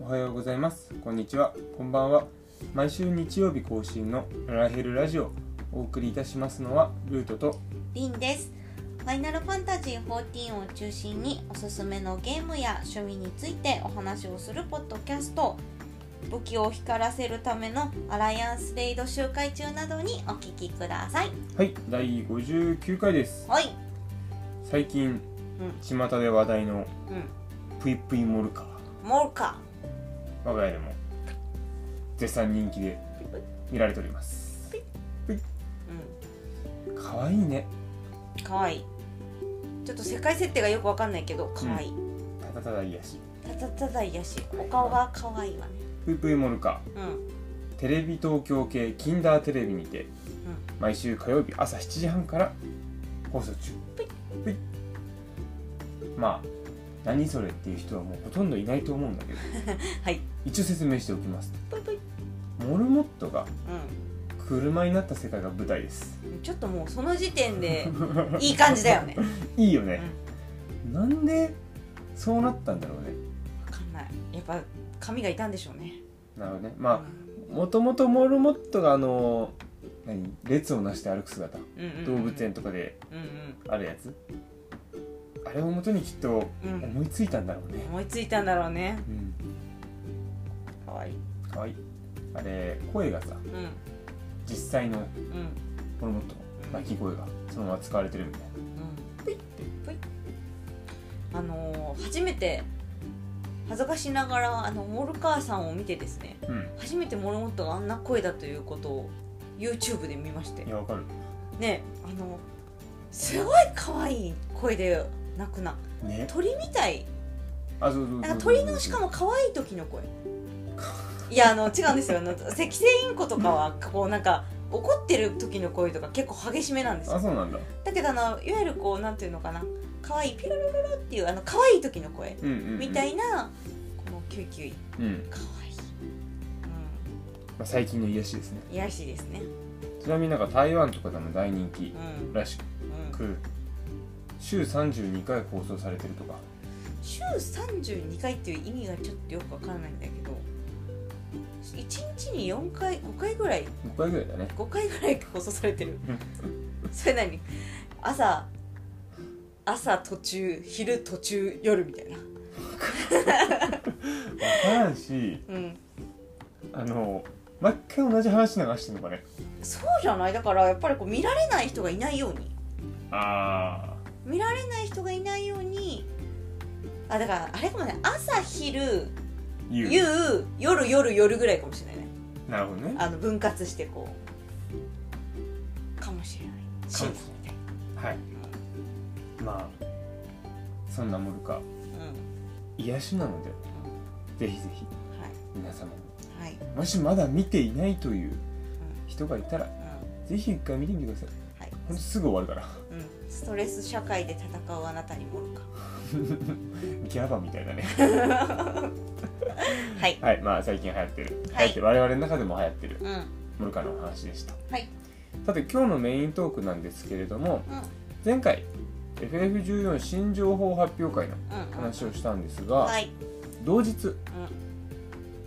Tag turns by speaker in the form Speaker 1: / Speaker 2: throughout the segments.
Speaker 1: おはようございますこんにちはこんばんは毎週日曜日更新のララヘルラジオお送りいたしますのはルートと
Speaker 2: リンです。ファイナルファンタジー14を中心におすすめのゲームや趣味についてお話をするポッドキャスト武器を光らせるためのアライアンスレイド集会中などにお聞きください
Speaker 1: はい第59回です
Speaker 2: はい
Speaker 1: 最近巷で話題の
Speaker 2: うん
Speaker 1: ぷいぷいモルカー
Speaker 2: モルカ
Speaker 1: 我が家でも絶賛人気で見られております
Speaker 2: う
Speaker 1: 可愛いね
Speaker 2: んかわいいちょっと世界設定がよくわかんないけどかわいい、
Speaker 1: ただただ癒した
Speaker 2: だただ癒やしお顔がかわいいわね
Speaker 1: ぷいぷいモルカ
Speaker 2: うん
Speaker 1: ーテレビ東京系キンダーテレビにて毎週火曜日朝7時半から放送中ぷいまあ何それっていう人はもうほとんどいないと思うんだけど
Speaker 2: はい
Speaker 1: 一応説明しておきます
Speaker 2: ぽいぽい
Speaker 1: モルモットが車になった世界が舞台です
Speaker 2: うんちょっともうその時点でいい感じだよね
Speaker 1: いいよね、なんでそうなったんだろうね
Speaker 2: わかんないやっぱ髪がいたんでしょうね
Speaker 1: なるほどねまあもともとモルモットがあの何列をなして歩く姿
Speaker 2: うんうんうん
Speaker 1: 動物園とかで
Speaker 2: うん
Speaker 1: あるやつあれをもとにきっと
Speaker 2: うんうん
Speaker 1: 思いついたんだろうね
Speaker 2: 思いついたんだろうね
Speaker 1: うん
Speaker 2: かわいい
Speaker 1: かわいいあれ声がさ
Speaker 2: うん
Speaker 1: 実際の
Speaker 2: うんうん
Speaker 1: モルモットの鳴き声がそのまま使われてるみたいな
Speaker 2: ぷいっぷいっあのー初めて恥ずかしながらあのモルカーさんを見てですね
Speaker 1: うん
Speaker 2: 初めてモルモットがあんな声だということを YouTube で見まして
Speaker 1: いやわかる
Speaker 2: ねあのすごい可愛い声で鳴くな
Speaker 1: ね
Speaker 2: 鳥みたい
Speaker 1: あそうそうそう
Speaker 2: なんか鳥のしか
Speaker 1: も
Speaker 2: も可愛い時の声いやあの違うんですよあの赤星インコとかはこうなんか怒ってる時の声とか結構激しめなんです
Speaker 1: あ
Speaker 2: よ
Speaker 1: そうなんだ
Speaker 2: だけどあのいわゆるこうなんていうのかな可愛いピロロロロっていうあの可愛い時の声
Speaker 1: うんうん、うん、
Speaker 2: みたいなこのキュイキュイ
Speaker 1: うん、
Speaker 2: 可愛い
Speaker 1: まあ、最近の癒しですね
Speaker 2: うん癒やしいですね
Speaker 1: ちなみになんか台湾とかでも大人気
Speaker 2: うん
Speaker 1: らし
Speaker 2: うん
Speaker 1: く週32回放送されてるとか
Speaker 2: 週32回っていう意味がちょっとよくわからないんだけど1日に4回5回ぐらい
Speaker 1: 5回ぐらいだね
Speaker 2: 5回ぐらい放送されてるそれ何朝朝途中昼途中夜みたいな
Speaker 1: 分からんし
Speaker 2: うん
Speaker 1: あの毎回同じ話流してんのかね
Speaker 2: そうじゃないだからやっぱりこう見られない人がいないように
Speaker 1: あ
Speaker 2: 見られない人がいないようにあだからあれかもね朝昼
Speaker 1: あ言う
Speaker 2: 夕夜夜夜ぐらいかもしれないね
Speaker 1: なるほどね
Speaker 2: あの分割してこうかもしれない深夜みたい
Speaker 1: はいまあそんなもるか
Speaker 2: な
Speaker 1: 癒しなので
Speaker 2: う
Speaker 1: ぜひぜひ
Speaker 2: んは
Speaker 1: 皆様も
Speaker 2: いはい
Speaker 1: もしまだ見ていないという人がいたらぜひ一回見てみてくださいほんとすぐ終わるから
Speaker 2: うんはいうんストレス社会で戦うあなたにもるか
Speaker 1: ギャバみたいだね
Speaker 2: はい
Speaker 1: はいまあ最近流行ってる流
Speaker 2: はい
Speaker 1: 行ってる、我々の中でも流行ってる
Speaker 2: うん
Speaker 1: モルカーのお話でした
Speaker 2: はい
Speaker 1: さて今日のメイントークなんですけれども前回 FF14 新情報発表会の
Speaker 2: うんうん
Speaker 1: 話をしたんですが、
Speaker 2: はい
Speaker 1: 同日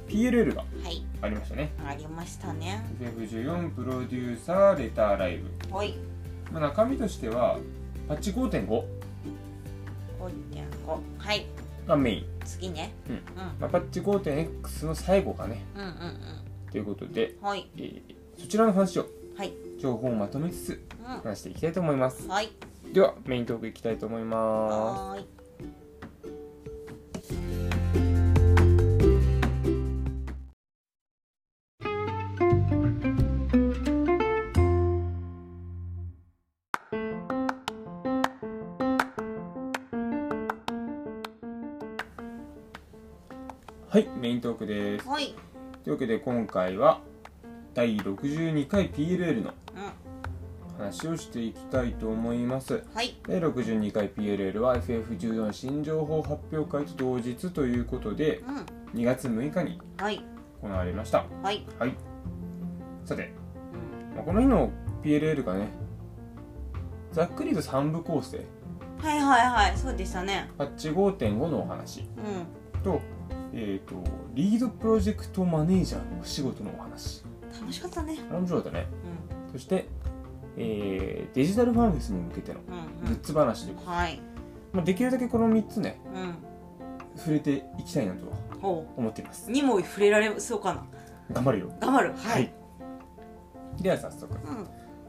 Speaker 1: PLL が
Speaker 2: うんはい
Speaker 1: ありましたね
Speaker 2: ありましたね
Speaker 1: FF14 プロデューサーレターライブ、
Speaker 2: はい
Speaker 1: まあ、中身としてはパッチ5.5
Speaker 2: 5.5はい
Speaker 1: がメイン、
Speaker 2: 次ね
Speaker 1: うん
Speaker 2: う
Speaker 1: まあ、パッチ 5.x の最後かね
Speaker 2: んうんうん
Speaker 1: ということで、
Speaker 2: うんはい
Speaker 1: えーそちらの話を
Speaker 2: はい
Speaker 1: 情報をまとめつつ
Speaker 2: う
Speaker 1: 話していきたいと思います
Speaker 2: んはい
Speaker 1: ではメイントークいきたいと思います
Speaker 2: はーい
Speaker 1: はいメイントークです
Speaker 2: はい
Speaker 1: というわけで今回は第62回 PLL の
Speaker 2: うん
Speaker 1: 話をしていきたいと思います
Speaker 2: はい
Speaker 1: 第62回 PLL は FF14 新情報発表会と同日ということで
Speaker 2: うん
Speaker 1: 2月6日に
Speaker 2: はい
Speaker 1: 行われました
Speaker 2: はい
Speaker 1: はいさて、
Speaker 2: う
Speaker 1: まあこの日の PLL がねざっくりと3部構成
Speaker 2: んはいはいはいそうでしたね
Speaker 1: パッチ5.5のお話
Speaker 2: うん
Speaker 1: とえっ、とリードプロジェクトマネージャーのお仕事のお話
Speaker 2: 楽しかったね
Speaker 1: 面白かったね
Speaker 2: う
Speaker 1: そして、えーデジタルファンフェスに向けての
Speaker 2: んうん
Speaker 1: グッズ話で
Speaker 2: うんはい
Speaker 1: まあ、できるだけこの3つね
Speaker 2: うん
Speaker 1: 触れていきたいなとは
Speaker 2: ほ
Speaker 1: 思っています
Speaker 2: うにも触れられそうかな
Speaker 1: 頑張るよ
Speaker 2: 頑張るはい、
Speaker 1: では早速
Speaker 2: う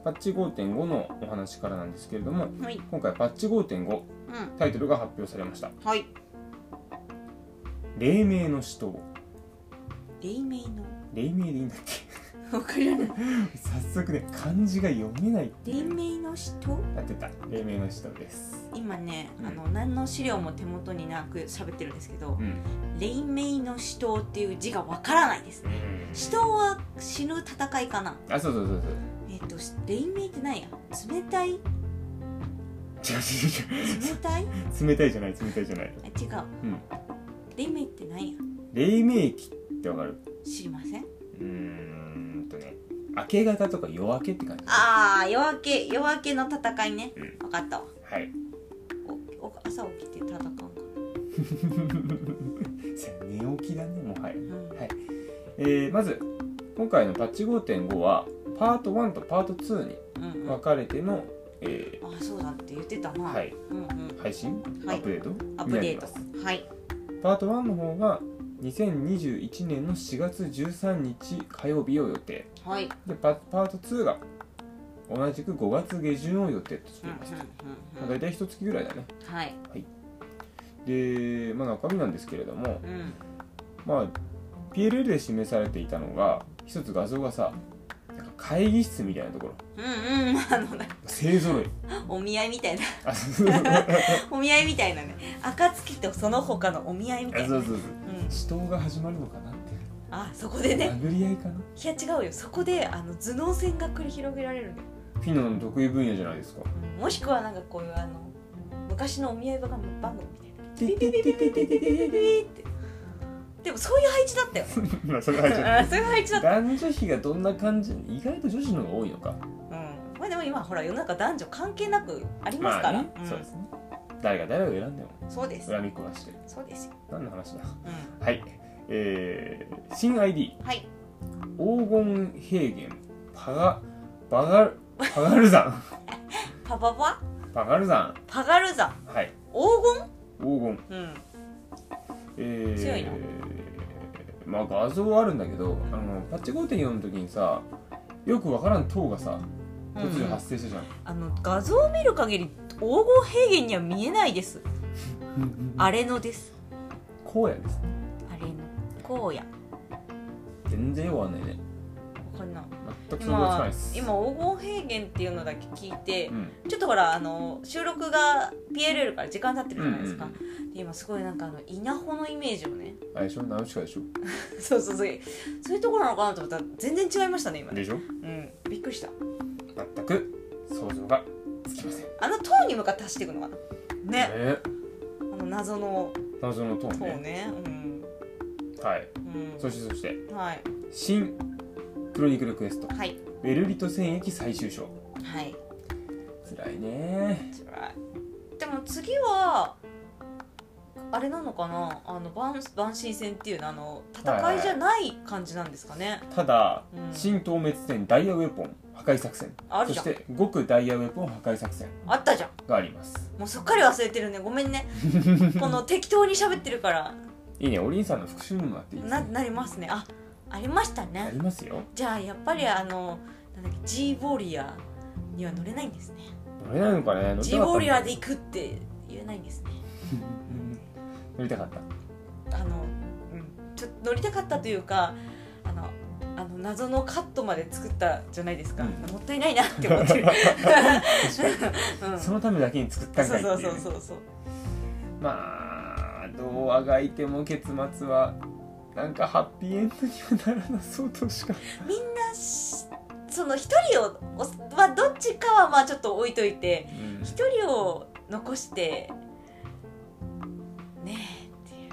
Speaker 1: パッチ5.5のお話からなんですけれども
Speaker 2: んはい
Speaker 1: 今回パッチ5.5
Speaker 2: うん
Speaker 1: タイトルが発表されました
Speaker 2: はい
Speaker 1: 「黎明の死闘
Speaker 2: 黎明」
Speaker 1: 黎明でいいんだっけ
Speaker 2: のわからない
Speaker 1: 早速ね漢字が読めないって
Speaker 2: 黎
Speaker 1: いう
Speaker 2: 明の人
Speaker 1: やってた黎明の死闘です
Speaker 2: 今ね、
Speaker 1: うん
Speaker 2: あの何の資料も手元になく喋ってるんですけど
Speaker 1: うん、
Speaker 2: 「黎明の死闘」っていう字がわからないですね死闘は死ぬ戦いかな
Speaker 1: あそうそうそうそう
Speaker 2: えっ、と黎明って何や冷たい
Speaker 1: 違う違う
Speaker 2: 冷た い
Speaker 1: 違う冷たいじゃない冷たいじゃない
Speaker 2: あ違う、
Speaker 1: うん
Speaker 2: 黎明って何や
Speaker 1: 黎明期ってわかる
Speaker 2: 知りません
Speaker 1: うーんとね明け方とか夜明けって感じ
Speaker 2: ああ夜明け夜明けの戦いね、
Speaker 1: うん
Speaker 2: 分かったわ
Speaker 1: はい
Speaker 2: おお朝起きて戦うか
Speaker 1: それ寝起きだねもはや、
Speaker 2: ら、うん
Speaker 1: はいえーまず今回のパッチ5.5はパート1とパート2に
Speaker 2: うんうん
Speaker 1: 分かれての、え
Speaker 2: あそうだって言ってた
Speaker 1: ー
Speaker 2: な、
Speaker 1: はい、
Speaker 2: うんうん、
Speaker 1: 配信、
Speaker 2: はい
Speaker 1: アップデート
Speaker 2: アップデー
Speaker 1: になり
Speaker 2: トはい
Speaker 1: ますパート1の方が2021年の4月13日火曜日を予定
Speaker 2: はい
Speaker 1: でパパート2が同じく5月下旬を予定として
Speaker 2: う
Speaker 1: い
Speaker 2: ん
Speaker 1: ました、
Speaker 2: うん
Speaker 1: ま
Speaker 2: う
Speaker 1: あ、
Speaker 2: んう
Speaker 1: 大
Speaker 2: ん
Speaker 1: 体一月ぐらいだね
Speaker 2: はい
Speaker 1: で、まあ、中身なんですけれども、
Speaker 2: うん
Speaker 1: まあ PLL で示されていたのが一つ画像がさなんか会議室みたいなところ
Speaker 2: うんうんあのね
Speaker 1: 勢ぞろい
Speaker 2: お見合いみたいな
Speaker 1: あそうそうそうあ
Speaker 2: お見合いみたいなね暁とその他のお見合いみたい
Speaker 1: そ
Speaker 2: な、
Speaker 1: う
Speaker 2: うん、
Speaker 1: そうそう死闘が始まるのかなって
Speaker 2: あそこでね
Speaker 1: 殴り合いかない
Speaker 2: や違うよそこであの頭脳戦が繰り広げられるんだよ、
Speaker 1: フィノの得意分野じゃないですか
Speaker 2: うんもしくはなんかこういうあの昔のお見合い番組みたいな
Speaker 1: ピピピピピピピピピピ
Speaker 2: ってでもそういう配置だったよね
Speaker 1: まあそれはじゃ
Speaker 2: うんそういう配置だった、
Speaker 1: 男女比がどんな感じ意外と女子の方が多いのか
Speaker 2: うん、まあでも今ほら世の中男女関係なくありますから、
Speaker 1: ね
Speaker 2: うん
Speaker 1: そうですね誰が誰を選んでも
Speaker 2: そうです
Speaker 1: 恨みっこなして
Speaker 2: そうですよ、
Speaker 1: 何の話だ
Speaker 2: う
Speaker 1: はいえー、新 ID
Speaker 2: ん、はい
Speaker 1: 黄金平原パガバガルパガル山
Speaker 2: パパパ
Speaker 1: パガル山
Speaker 2: パガルザ
Speaker 1: はい
Speaker 2: 黄
Speaker 1: 黄金
Speaker 2: 金うん
Speaker 1: えー、
Speaker 2: 強いの
Speaker 1: まあ画像はあるんだけどあのパッチ5.4の時にさよくわからん塔がさ
Speaker 2: うん
Speaker 1: 突如発生したじゃん、
Speaker 2: あの画像を見る限り黄金平原には見えないですあれのです
Speaker 1: 荒野ですね
Speaker 2: あれのこうや
Speaker 1: 全然よくわかんないね
Speaker 2: わかんない
Speaker 1: 全く想像つかない
Speaker 2: 今
Speaker 1: です
Speaker 2: 今黄金平原っていうのだけ聞いて、
Speaker 1: うん
Speaker 2: ちょっとほらあの収録が PLL から時間経ってるじゃないですか、
Speaker 1: うん
Speaker 2: で今すごいなんかあの稲穂のイメージをね
Speaker 1: あれでしょナウシカでしょ
Speaker 2: そうそうそうそういうところなのかなと思ったら全然違いましたね今ね
Speaker 1: でしょ
Speaker 2: うんびっくりした
Speaker 1: 全く想像がつきませんね
Speaker 2: あの塔に向かって走っていくのかなね
Speaker 1: え
Speaker 2: あの謎の
Speaker 1: 謎の塔
Speaker 2: 塔
Speaker 1: ね
Speaker 2: ねうん
Speaker 1: はい
Speaker 2: うん
Speaker 1: そしてそして
Speaker 2: はい
Speaker 1: 新クロニクルクエスト
Speaker 2: はい
Speaker 1: ウェルリト戦役最終章
Speaker 2: はい
Speaker 1: 辛いね
Speaker 2: 辛いでも次はあれなのかなあの万万神戦っていうのあの戦いじゃない感じなんですかね、
Speaker 1: ただ、
Speaker 2: うん
Speaker 1: 新東滅戦ダイヤウェポン破壊作戦
Speaker 2: ある
Speaker 1: そ
Speaker 2: じゃ
Speaker 1: し
Speaker 2: ん
Speaker 1: て極ダイヤウェポン破壊作戦
Speaker 2: あったじゃん
Speaker 1: があります
Speaker 2: もうすっかり忘れてるねごめ んねこの適当に喋ってるから
Speaker 1: いいねおりんさんの復習にもなっていいです
Speaker 2: な
Speaker 1: ね
Speaker 2: なりますねあありました
Speaker 1: あ
Speaker 2: ね
Speaker 1: りますよ
Speaker 2: じゃあやっぱりあのなんだっけ G ボリアには乗れないんですね
Speaker 1: 乗れないのかね乗りたかった
Speaker 2: G ボリアで行くって言えないんですね
Speaker 1: うん乗りたかった
Speaker 2: あの、うん、ちょっと乗りたかったというかあのあの謎のカットまで作ったじゃないですか、
Speaker 1: うん
Speaker 2: もったいないなっ て思ってる、 うん、
Speaker 1: そ
Speaker 2: そう
Speaker 1: のためだけに作ったん
Speaker 2: そ
Speaker 1: か
Speaker 2: う
Speaker 1: いってい,、
Speaker 2: そううそうそう
Speaker 1: まあどうあがいても結末はなんかハッピーエンドにはならなそうとしか
Speaker 2: みんなしその一人をお、まあ、どっちかはまあちょっと置いといて
Speaker 1: うん
Speaker 2: 一人を残してねえっ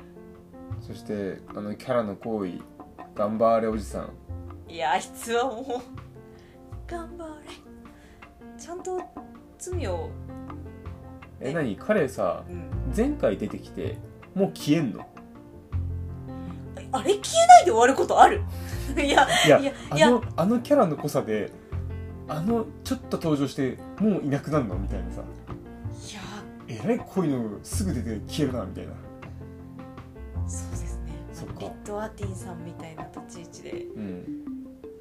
Speaker 1: そしてあのキャラの行為頑張れおじさん
Speaker 2: ていういやあいつはもう頑張れちゃんと罪を、
Speaker 1: え
Speaker 2: ね
Speaker 1: 何彼さ
Speaker 2: うん、
Speaker 1: 前回出てきてもう消えんの
Speaker 2: えあれ消えないで終わることある いや
Speaker 1: いや
Speaker 2: いや
Speaker 1: あ
Speaker 2: いや
Speaker 1: のあのキャラの濃さであのちょっと登場してもういなくなるのみたいなさ
Speaker 2: いや
Speaker 1: えらい濃いのすぐ出て消えるなみたいな
Speaker 2: そうですね
Speaker 1: そっ
Speaker 2: リ
Speaker 1: か
Speaker 2: ッド・アティンさんみたいな立ち位置で
Speaker 1: うん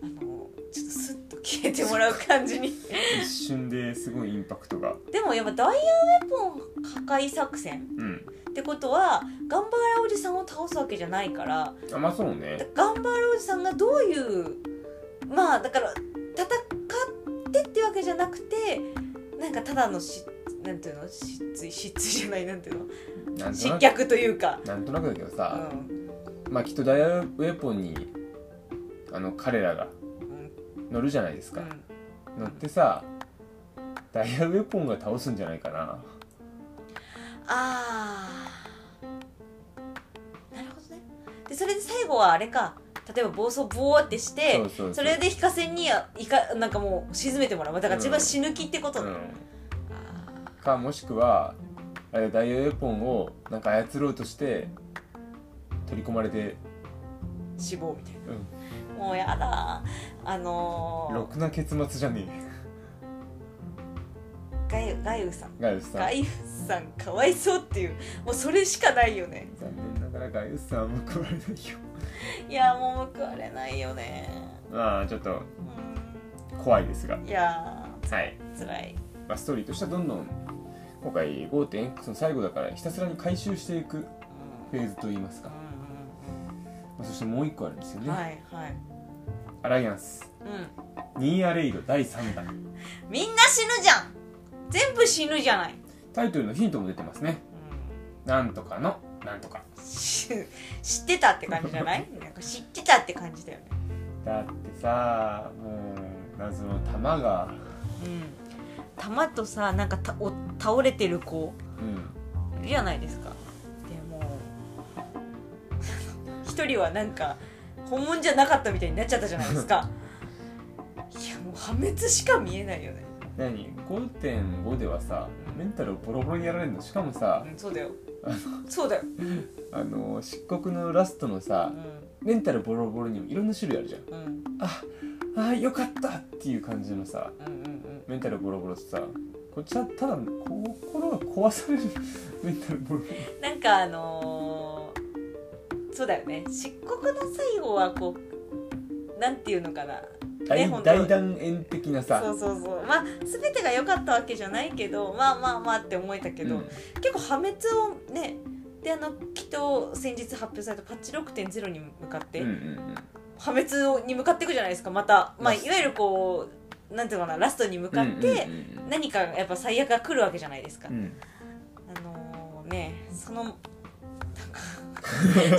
Speaker 2: あのちょっとスッと消えてもらう感じに
Speaker 1: 一瞬ですごいインパクトが
Speaker 2: でもやっぱダイヤウェポン破壊作戦
Speaker 1: うん
Speaker 2: ってことはガンバーラおじさんを倒すわけじゃないから
Speaker 1: あまあそうね
Speaker 2: ガンバーラおじさんがどういうまあだから戦ってってわけじゃなくてなんかただのしなんていうの失墜失墜じゃないなんていうの
Speaker 1: なんと
Speaker 2: 失
Speaker 1: なく
Speaker 2: 脚というか、
Speaker 1: なんとなくだけど
Speaker 2: う
Speaker 1: さ、
Speaker 2: ん
Speaker 1: まあきっとダイヤルウェポンにあの彼らが
Speaker 2: うん
Speaker 1: 乗るじゃないです
Speaker 2: う
Speaker 1: か、
Speaker 2: ん、
Speaker 1: 乗ってさダイヤルウェポンが倒すんじゃないかな
Speaker 2: あーなるほどねでそれで最後はあれか例えば暴走ボーってして
Speaker 1: うそう
Speaker 2: それで非化戦にあいかなんかもう沈めてもらうだから自分は死ぬ気ってこと
Speaker 1: う
Speaker 2: ね、
Speaker 1: ん
Speaker 2: あ
Speaker 1: かもしくはあれダイヤルウェポンをなんか操ろうとして取り込まれて、
Speaker 2: ー死亡みたい
Speaker 1: うん
Speaker 2: なもうやだーあ
Speaker 1: ろ
Speaker 2: の
Speaker 1: くな結末じゃねえ
Speaker 2: ー、ガイガイウさん
Speaker 1: ガイウスさ
Speaker 2: ガ
Speaker 1: ん
Speaker 2: イウさんかわいそうっていうもうそれしかないよね
Speaker 1: 残念ながらガイウスさんは報われないよ
Speaker 2: いやもう報われないよね
Speaker 1: まあちょっと
Speaker 2: う
Speaker 1: 怖いですが
Speaker 2: んいや
Speaker 1: はい、
Speaker 2: ー辛い
Speaker 1: まあ、ストーリーとしてはどんどん今回 5.x の最後だからひたすらに回収していく
Speaker 2: う
Speaker 1: フ
Speaker 2: ん
Speaker 1: ェーズといいます
Speaker 2: う
Speaker 1: か、
Speaker 2: ん
Speaker 1: まあ、そしてもう一個あるんですよ
Speaker 2: うんうん
Speaker 1: ね、
Speaker 2: はいはい
Speaker 1: アライアンス
Speaker 2: うん
Speaker 1: ニーアレイド第3弾
Speaker 2: みんな死ぬじゃん全部死ぬじゃない、
Speaker 1: タイトルのヒントも出てますねなんとかのなんとか
Speaker 2: し知ってたって感じじゃないなんか知ってたって感じだよね
Speaker 1: だってさもう謎の玉が
Speaker 2: うん弾とさなんかたお倒れてる子
Speaker 1: うん
Speaker 2: いるじゃないですかでも 一人はなんか本物じゃなかったみたいになっちゃったじゃないですかいやもう破滅しか見えないよね、
Speaker 1: 何5.5ではさメンタルをボロボロにやられるのしかもさ
Speaker 2: うん、そうだよそうだよ、
Speaker 1: あの漆黒のラストの
Speaker 2: う
Speaker 1: さ
Speaker 2: ん
Speaker 1: メンタルボロボロにもいろんな種類あるじゃん
Speaker 2: うん、うん
Speaker 1: ああーよかったっていう感じのさ
Speaker 2: うんうん
Speaker 1: メンタルボロボロってさこっちはただ心が壊される メンタルボロボロ
Speaker 2: なんかあのーそうだよね漆黒の最後はこうなんていうのかな
Speaker 1: 大
Speaker 2: 本当
Speaker 1: 大断円的なさ
Speaker 2: そうそうそうまあ全てが良かったわけじゃないけどまあまあまあって思えたけど、
Speaker 1: うん
Speaker 2: 結構破滅をねであのきっと先日発表されたパッチ6.0に向かって、
Speaker 1: うんうん
Speaker 2: 破滅に向かっていくじゃないですかまた、まあ、
Speaker 1: ラス
Speaker 2: いわゆるこうなんていうのかなラストに向かって、
Speaker 1: うんうん
Speaker 2: 何かやっぱ最悪が来るわけじゃないですか、
Speaker 1: うんうん
Speaker 2: あのーねそ のなんか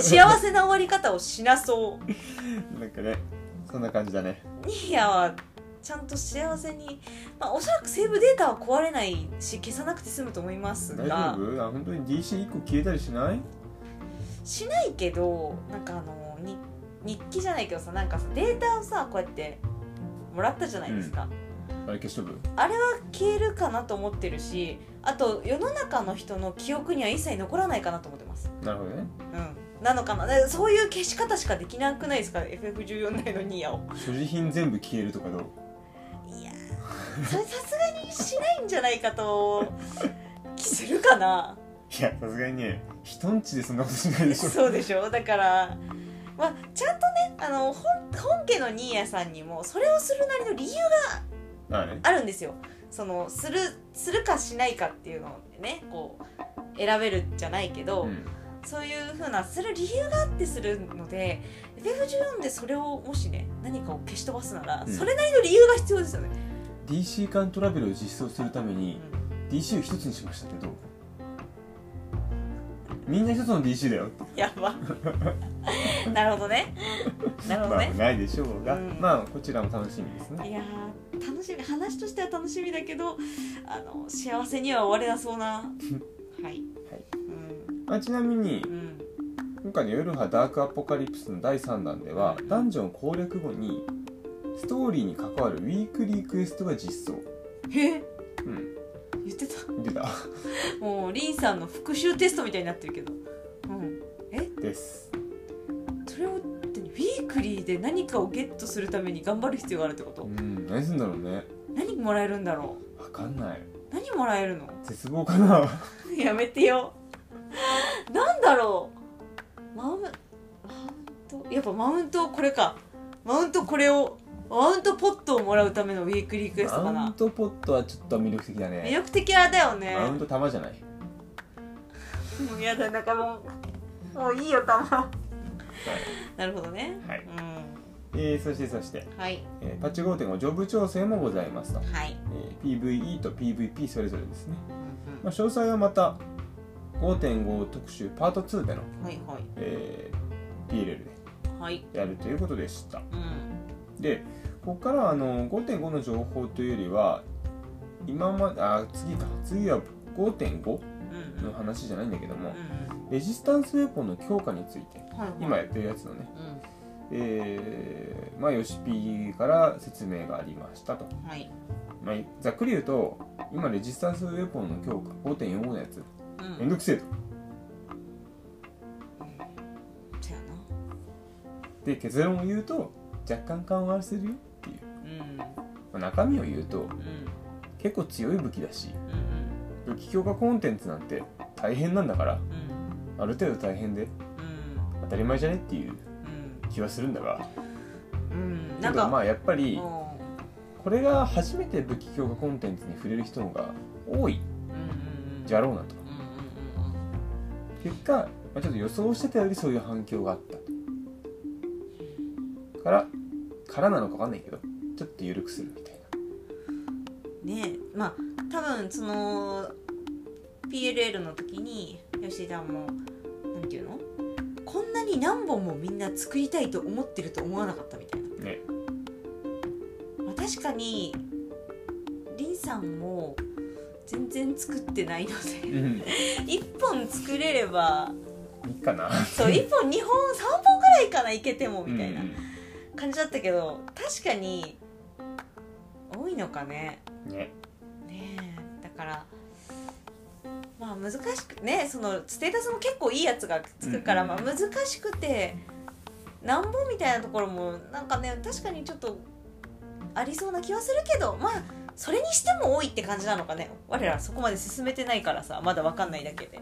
Speaker 2: 幸せな終わり方をしなそう
Speaker 1: なんかねそんな感じだね
Speaker 2: ニーヤはちゃんと幸せに、まあ、おそらくセーブデータは壊れないし消さなくて済むと思います
Speaker 1: 大
Speaker 2: が
Speaker 1: 丈夫あ本当に DC1 個消えたりしない
Speaker 2: しないけどなんかあのに日記じゃないけどさなんかさデータをさこうやってもらったじゃないですか、
Speaker 1: あれ消しとく
Speaker 2: 消えるかなと思ってるしあと世の中の人の記憶には一切残らないかなと思ってます
Speaker 1: なるほどね
Speaker 2: うんなのかなだからそういう消し方しかできなくないですか FF14 内のニーヤを
Speaker 1: 所持品全部消えるとかどう
Speaker 2: いやーそれさすがにしないんじゃないかと 気するかない
Speaker 1: やさすがにね人んちでそんなことし ないでしょ
Speaker 2: そうでしょだから、まあ、ちゃんとねあの本本家のニーヤさんにもそれをするなりの理由が
Speaker 1: まあね
Speaker 2: あるんですよそのするするかしないかっていうのをねこう選べるじゃないけど、
Speaker 1: うん
Speaker 2: そういうふうなする理由があってするので FF14 でそれをもしね何かを消し飛ばすなら、
Speaker 1: うん
Speaker 2: それなりの理由が必要ですよね、
Speaker 1: DC 間トラベルを実装するため
Speaker 2: う
Speaker 1: に
Speaker 2: ん
Speaker 1: DC を一つにしましたけどみんな一つの DC だよ
Speaker 2: やばなるほどねなるほど
Speaker 1: まあ
Speaker 2: ね、
Speaker 1: ないでしょうが、
Speaker 2: うん
Speaker 1: まあこちらも楽しみですね
Speaker 2: いやー楽しみ話としては楽しみだけどあの幸せには終われなそうなはい、はい、
Speaker 1: まあ、ちなみに
Speaker 2: うんうん
Speaker 1: 今回の「ヨルハダークアポカリプス」の第3弾ではダンジョン攻略後にストーリーに関わるウィークリークエストが実装
Speaker 2: え
Speaker 1: うん
Speaker 2: 言ってた
Speaker 1: 出た
Speaker 2: もうリンさんの復習テストみたいになってるけどうん
Speaker 1: です
Speaker 2: それをクリーで何かをゲットするために頑張る必要があるってこ
Speaker 1: う
Speaker 2: と
Speaker 1: ん何すんだろうね
Speaker 2: 何もらえるんだろ
Speaker 1: わかんないう
Speaker 2: 何もらえるの
Speaker 1: 絶望かな
Speaker 2: やめてよなんだろうマウンマウントやっぱマウントこれかマウントこれをマウントポットをもらうためのウィークリークエストか
Speaker 1: マウン
Speaker 2: な
Speaker 1: トポットはちょっと魅力的だ
Speaker 2: 魅
Speaker 1: ね
Speaker 2: 力的だよね
Speaker 1: マウント玉じゃない
Speaker 2: もうやだなんか もうもういいよ玉 なるほどね
Speaker 1: はいうえーそしてそして、
Speaker 2: んはい
Speaker 1: えーパッチ5.5ジョブ調整もございますと、
Speaker 2: はい
Speaker 1: えー PVE と PVP それぞれですね、まあ、詳細はまた5.5特集パート2での、
Speaker 2: はいはい
Speaker 1: えー PLL
Speaker 2: はい
Speaker 1: でやるということでした
Speaker 2: うん
Speaker 1: でここからはあの5.5の情報というよりは今まであ次か次は5.5
Speaker 2: うんう
Speaker 1: の
Speaker 2: ん
Speaker 1: 話じゃないんだけども
Speaker 2: う
Speaker 1: レジスタンスウェポンの強化について
Speaker 2: んはいはい
Speaker 1: 今やってるやつのね
Speaker 2: う
Speaker 1: えー、まあヨシピーから説明がありましたと、
Speaker 2: んはい
Speaker 1: まあ、ざっくり言うと今レジスタンスウェポンの強化5.45のやつ
Speaker 2: う
Speaker 1: めん
Speaker 2: ん
Speaker 1: どくせえと
Speaker 2: そや
Speaker 1: で結論を言うと若干緩和するよっていう、
Speaker 2: なうん
Speaker 1: まあ中身を言うと
Speaker 2: うん
Speaker 1: 結構強い武器だし
Speaker 2: うん
Speaker 1: 武器強化コンテンツなんて大変なんだから
Speaker 2: うんうん
Speaker 1: ある程度大変で当たり前じゃねっていう気はするんだが
Speaker 2: うんうん
Speaker 1: け
Speaker 2: なん
Speaker 1: どま
Speaker 2: か
Speaker 1: あやっぱり
Speaker 2: うん
Speaker 1: これが初めて武器強化コンテンツに触れる人の方が多いじゃろうなと
Speaker 2: うんうんうん
Speaker 1: 結果、まあ、ちょっと予想してたよりそういう反響があったからからなのかわかんないけどちょっと緩くするみたい
Speaker 2: ねえまあ多分その PLL の時に吉田もなんていうのこんなに何本もみんな作りたいと思ってると思わなかったみたいな、
Speaker 1: なね
Speaker 2: まあ、確かにリンさんも全然作ってないの
Speaker 1: う
Speaker 2: で
Speaker 1: ん
Speaker 2: 1本作れれば
Speaker 1: いいかな
Speaker 2: そう1本2本3本ぐらいかないけてもみたいな
Speaker 1: うん
Speaker 2: 感じだったけど確かに多いのかね
Speaker 1: うんね
Speaker 2: ねえだからまあ難しくねそのステータスも結構いいやつがつくから、
Speaker 1: うんうんうん
Speaker 2: まあ、難しくてなんぼみたいなところもなんかね確かにちょっとありそうな気はするけどまあそれにしても多いって感じなのかね我らそこまで進めてないからさまだ分かんないだけで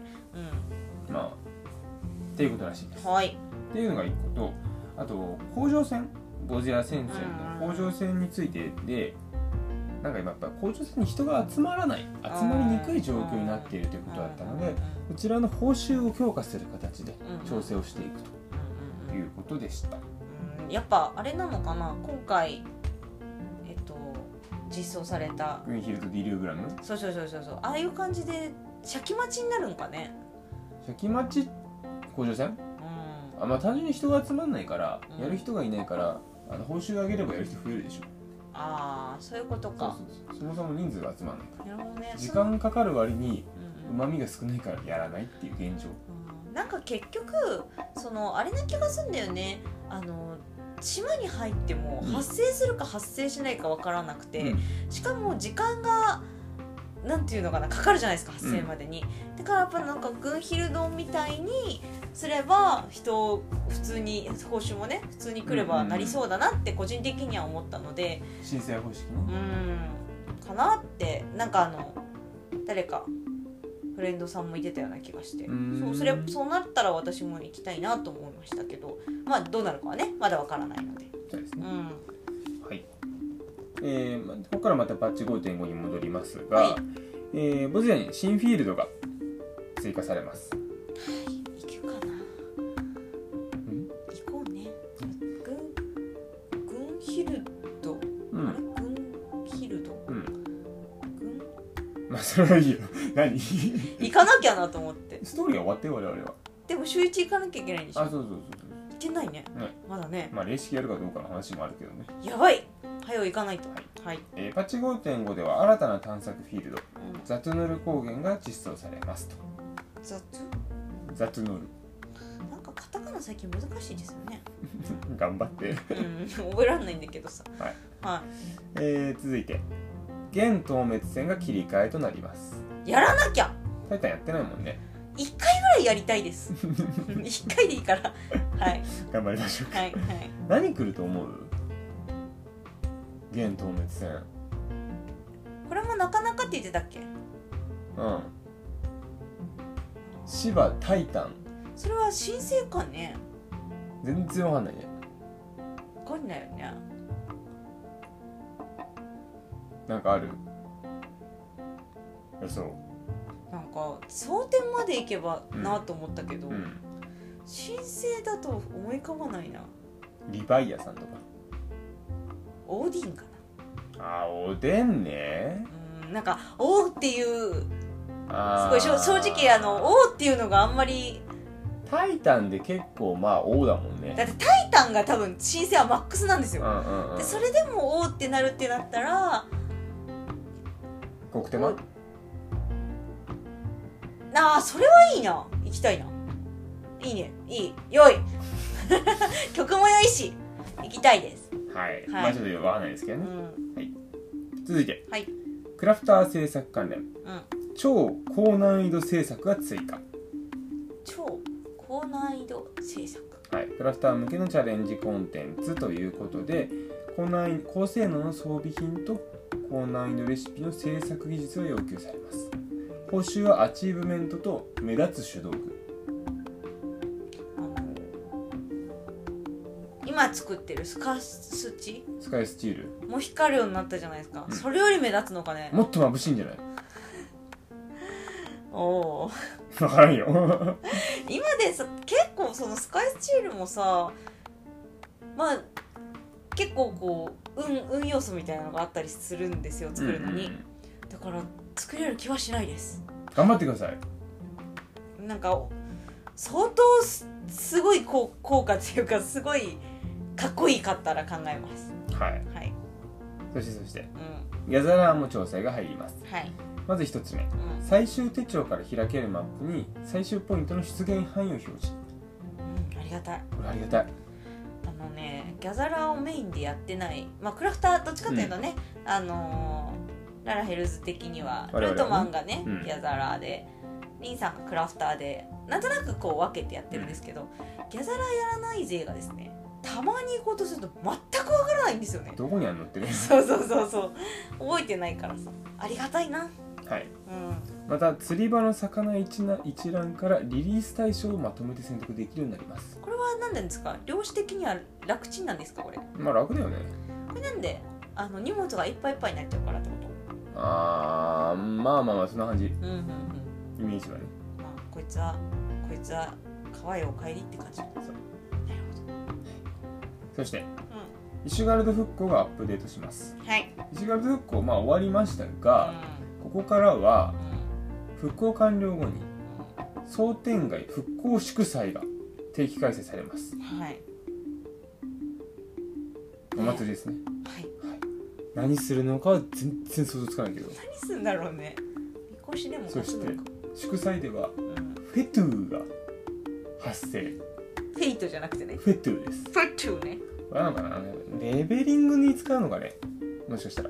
Speaker 1: まあっていうことらしいです
Speaker 2: うんはい
Speaker 1: っていうのが1個とあと甲状腺ゴジラ戦線の甲状腺についてでなんか今やっぱ甲状腺に人が集まらない集まりにくい状況になっているということだったのでこちらの報酬を強化する形で調整をしていく
Speaker 2: うんうんうん
Speaker 1: ということでした。
Speaker 2: うんやっぱあれなのかな今回えっと実装された
Speaker 1: グリーンヒルとディリューグラム
Speaker 2: そうそうそうそうそうああいう感じでシャキ待ちになるんかね
Speaker 1: 先待ち甲状腺
Speaker 2: うん
Speaker 1: あまあ単純に人が集まんないから
Speaker 2: うん
Speaker 1: やる人がいないから、あの報酬上げればやる人増えるでしょ
Speaker 2: ああそういうこと
Speaker 1: そう
Speaker 2: か
Speaker 1: そうそうそもそも人数が集まらないから
Speaker 2: なるほどね
Speaker 1: 時間かかる割に
Speaker 2: その
Speaker 1: う
Speaker 2: うん
Speaker 1: まみが少ないからやらないっていう現状
Speaker 2: うんなんか結局そのあれな気がすんだよねあの島に入っても
Speaker 1: うん
Speaker 2: 発生するか発生しないかわからなくて、
Speaker 1: うん
Speaker 2: しかも時間がなんていうのかなかかるじゃないですか発生までに、だからやっぱなんか軍ヒルドンみたいにすれば人普通に報酬もね普通に来ればなりそうだなって個人的には思ったので
Speaker 1: 申請方式
Speaker 2: う
Speaker 1: ね
Speaker 2: んかなってなんかあの誰かフレンドさんもいてたような気がして
Speaker 1: うん
Speaker 2: そうそれそうなったら私も行きたいなと思いましたけどまあどうなるかはねまだわからないので
Speaker 1: そうです
Speaker 2: う
Speaker 1: ね、
Speaker 2: ん
Speaker 1: はいえーまあここからまたパッチ5.5に戻りますが、
Speaker 2: はい
Speaker 1: えーボズヤに新フィールドが追加されます
Speaker 2: 行くかな行こうね軍軍ヒルド
Speaker 1: う
Speaker 2: あれ
Speaker 1: ん
Speaker 2: 軍ヒルド
Speaker 1: うん
Speaker 2: 軍
Speaker 1: まあそれはいいよ 何
Speaker 2: 行かなきゃなと思って
Speaker 1: ストーリーは終わってよ我々は
Speaker 2: でも週一行かなきゃいけないんでしょ
Speaker 1: あ
Speaker 2: 行
Speaker 1: そうそうそうそう
Speaker 2: ってないね
Speaker 1: ね
Speaker 2: まだね
Speaker 1: まあ霊式やるかどうかの話もあるけどね、
Speaker 2: やばい早う行かないとはい
Speaker 1: えーパッチ5.5では新たな探索フィールド
Speaker 2: うん
Speaker 1: ザトゥヌル高原が実装されますと
Speaker 2: 雑
Speaker 1: ザトゥヌ
Speaker 2: なんかカタカナ最近難しいですよね。
Speaker 1: ル頑張って、
Speaker 2: うん、覚えられないんだけどさ。
Speaker 1: はい。
Speaker 2: は
Speaker 1: えー続いて現透滅戦が切り替えとなります
Speaker 2: い。やらなきゃ。
Speaker 1: タイタンやってないもんね
Speaker 2: 一回ぐらいやりたいです。うん一回でいいから。はい。
Speaker 1: 頑張りましょうか
Speaker 2: はい。はい。
Speaker 1: 何来ると思う現東滅戦
Speaker 2: これもなかなかって言ってたっけ。
Speaker 1: うん芝タイタン
Speaker 2: それは新生館ね。
Speaker 1: 全然わかんないね
Speaker 2: わかんないよね。
Speaker 1: なんかある予想
Speaker 2: なんか蒼天まで行けばなと思ったけど、
Speaker 1: うん
Speaker 2: 新生だと思い浮かばないな。
Speaker 1: リヴァイアさんとか
Speaker 2: オーディンかな。
Speaker 1: あーおでんね
Speaker 2: うんなんか「おう」っていうす
Speaker 1: あ
Speaker 2: ごいしょ正直あの「
Speaker 1: お
Speaker 2: おう」っていうのがあんまり
Speaker 1: タイタンで結構まあ王だもんね
Speaker 2: だって「タイタン」が多分申請はマックスなんです
Speaker 1: う
Speaker 2: よ
Speaker 1: んうんうん
Speaker 2: でそれでも「おう」ってなるってなったら
Speaker 1: 黒手間
Speaker 2: ああそれはいいな行きたいないいねいい良い 曲も良いし行きたいです
Speaker 1: はい、まあちょっとよくわかんないですけど
Speaker 2: う
Speaker 1: ね、
Speaker 2: ん
Speaker 1: 続いて、
Speaker 2: はい
Speaker 1: クラフター制作関連、
Speaker 2: ん
Speaker 1: 超高難易度制作が追加
Speaker 2: 超高難易度制作
Speaker 1: はい、クラフター向けのチャレンジコンテンツということで高難易高性能の装備品と高難易度レシピの制作技術が要求されます報酬はアチーブメントと目立つ手動具
Speaker 2: あの今作ってるスカスチ
Speaker 1: スカイスチール
Speaker 2: も光るようになったじゃないですか、
Speaker 1: うん
Speaker 2: それより目立つのかね
Speaker 1: もっと眩しいんじゃない
Speaker 2: おおー
Speaker 1: わからんよ
Speaker 2: 今でさ結構そのスカイスチールもさまあ結構こう運運要素みたいなのがあったりするんですよ 作るの
Speaker 1: う
Speaker 2: に、
Speaker 1: んうんうん
Speaker 2: だから作れる気はしないです
Speaker 1: 頑張ってください
Speaker 2: なんか相当すすごいこう効果っていうかすごいかっこいいかったら考えます
Speaker 1: はい
Speaker 2: はい
Speaker 1: そしてそして
Speaker 2: うん
Speaker 1: ギャザラーも調整が入ります
Speaker 2: はい
Speaker 1: まず1つ目
Speaker 2: うん
Speaker 1: 最終手帳から開けるマップに最終ポイントの出現範囲を表示
Speaker 2: うんありがたい
Speaker 1: これありがたい
Speaker 2: あのねギャザラーをメインでやってない、まあ、クラフターどっちかというとね、あのーララヘルズ的には
Speaker 1: 我々はね
Speaker 2: ルートマンがね、
Speaker 1: うん
Speaker 2: ギャザラーでリンさんがクラフターでなんとなくこう分けてやってるんですけど、ギャザラーやらない勢がですねたまに行こうとすると全くわからないんですよね。
Speaker 1: どこにあるのってね
Speaker 2: そうそうそうそう覚えてないからさありがたいな
Speaker 1: はい
Speaker 2: うん
Speaker 1: また釣り場の魚一な一覧からリリース対象をまとめて選択できるようになります
Speaker 2: これは何なんですか漁師的には楽ちんなんですかこれこ
Speaker 1: まあ楽だよね
Speaker 2: れなんであの荷物がいっぱいいっぱいになっちゃうからってこ
Speaker 1: あーまあまあまあそんな感じイ
Speaker 2: とうんうんうん
Speaker 1: メージはね
Speaker 2: まあ、こいつはこいつは川へお帰りって感じなんですよなる
Speaker 1: そして、イシュガルド復興がアップデートします
Speaker 2: ほどはい、
Speaker 1: イシュガルド復興まあ終わりましたが、ここからは
Speaker 2: うん
Speaker 1: 復興完了後に商店街復興祝祭が定期開催されます
Speaker 2: うん、はい
Speaker 1: お祭りですね
Speaker 2: はい
Speaker 1: 何するのかは全然想像つかないけど
Speaker 2: 何すんだろうねみこしでも
Speaker 1: そして
Speaker 2: 担ぐのか
Speaker 1: 祝祭では
Speaker 2: うん、
Speaker 1: フェトゥーが発生
Speaker 2: フェイトじゃなくてね
Speaker 1: フェトゥーです
Speaker 2: フェイトね
Speaker 1: あなんかなレベリングに使うのかねもしかしたら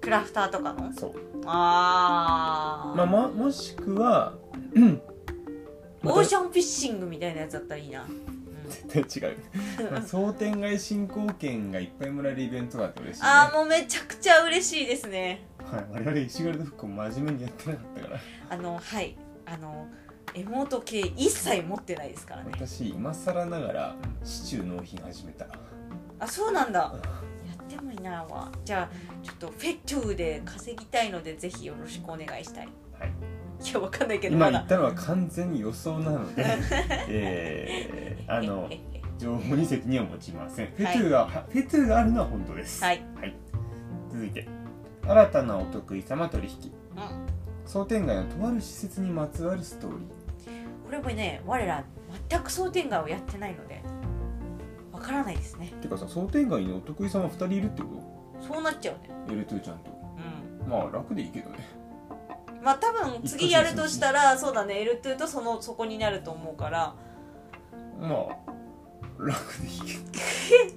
Speaker 2: クラフターとかの
Speaker 1: そう、
Speaker 2: あー、
Speaker 1: まあ、まもしく はうんま
Speaker 2: オ
Speaker 1: た
Speaker 2: ーシャンフィッシングみたいなやつだったらい いな、うん、
Speaker 1: 絶 対違うまあ商店街振興券がいっぱいもらえるイベントがあって嬉しい、ね、
Speaker 2: あーもうめちゃくちゃ嬉しいですね
Speaker 1: はい、我々石狩と復興真面目にやってなかった から
Speaker 2: あのはいあのエモート系一切持ってないですからね
Speaker 1: 私今更ながらシチュー納品始めた
Speaker 2: あそうなんだやってもいいなわじゃあちょっとフェッチューで稼ぎたいのでぜひよろしくお願いしたい
Speaker 1: はい
Speaker 2: いやわかんないけど
Speaker 1: 今
Speaker 2: ま
Speaker 1: 言
Speaker 2: だ
Speaker 1: ったのは完全に予想な のでえー、あの
Speaker 2: えええ
Speaker 1: 情報二席には持ちませんフェトゥーが、フェトゥーがあるのは本当です
Speaker 2: はい、
Speaker 1: 続いて新たなお得意様取引
Speaker 2: うん、
Speaker 1: 商店街のとある施設にまつわるストーリ
Speaker 2: これもね我ら全く想定外をやってないのでわからないですね
Speaker 1: ーてかさ商店街にお得意様2人いるってこ
Speaker 2: そうなっちゃうね
Speaker 1: と L2 ちゃんと
Speaker 2: うん
Speaker 1: まあ楽でいいけどね
Speaker 2: まあ多分次やるとしたらそうだね L2 とそのそこになると思うから
Speaker 1: まあ楽でいいけ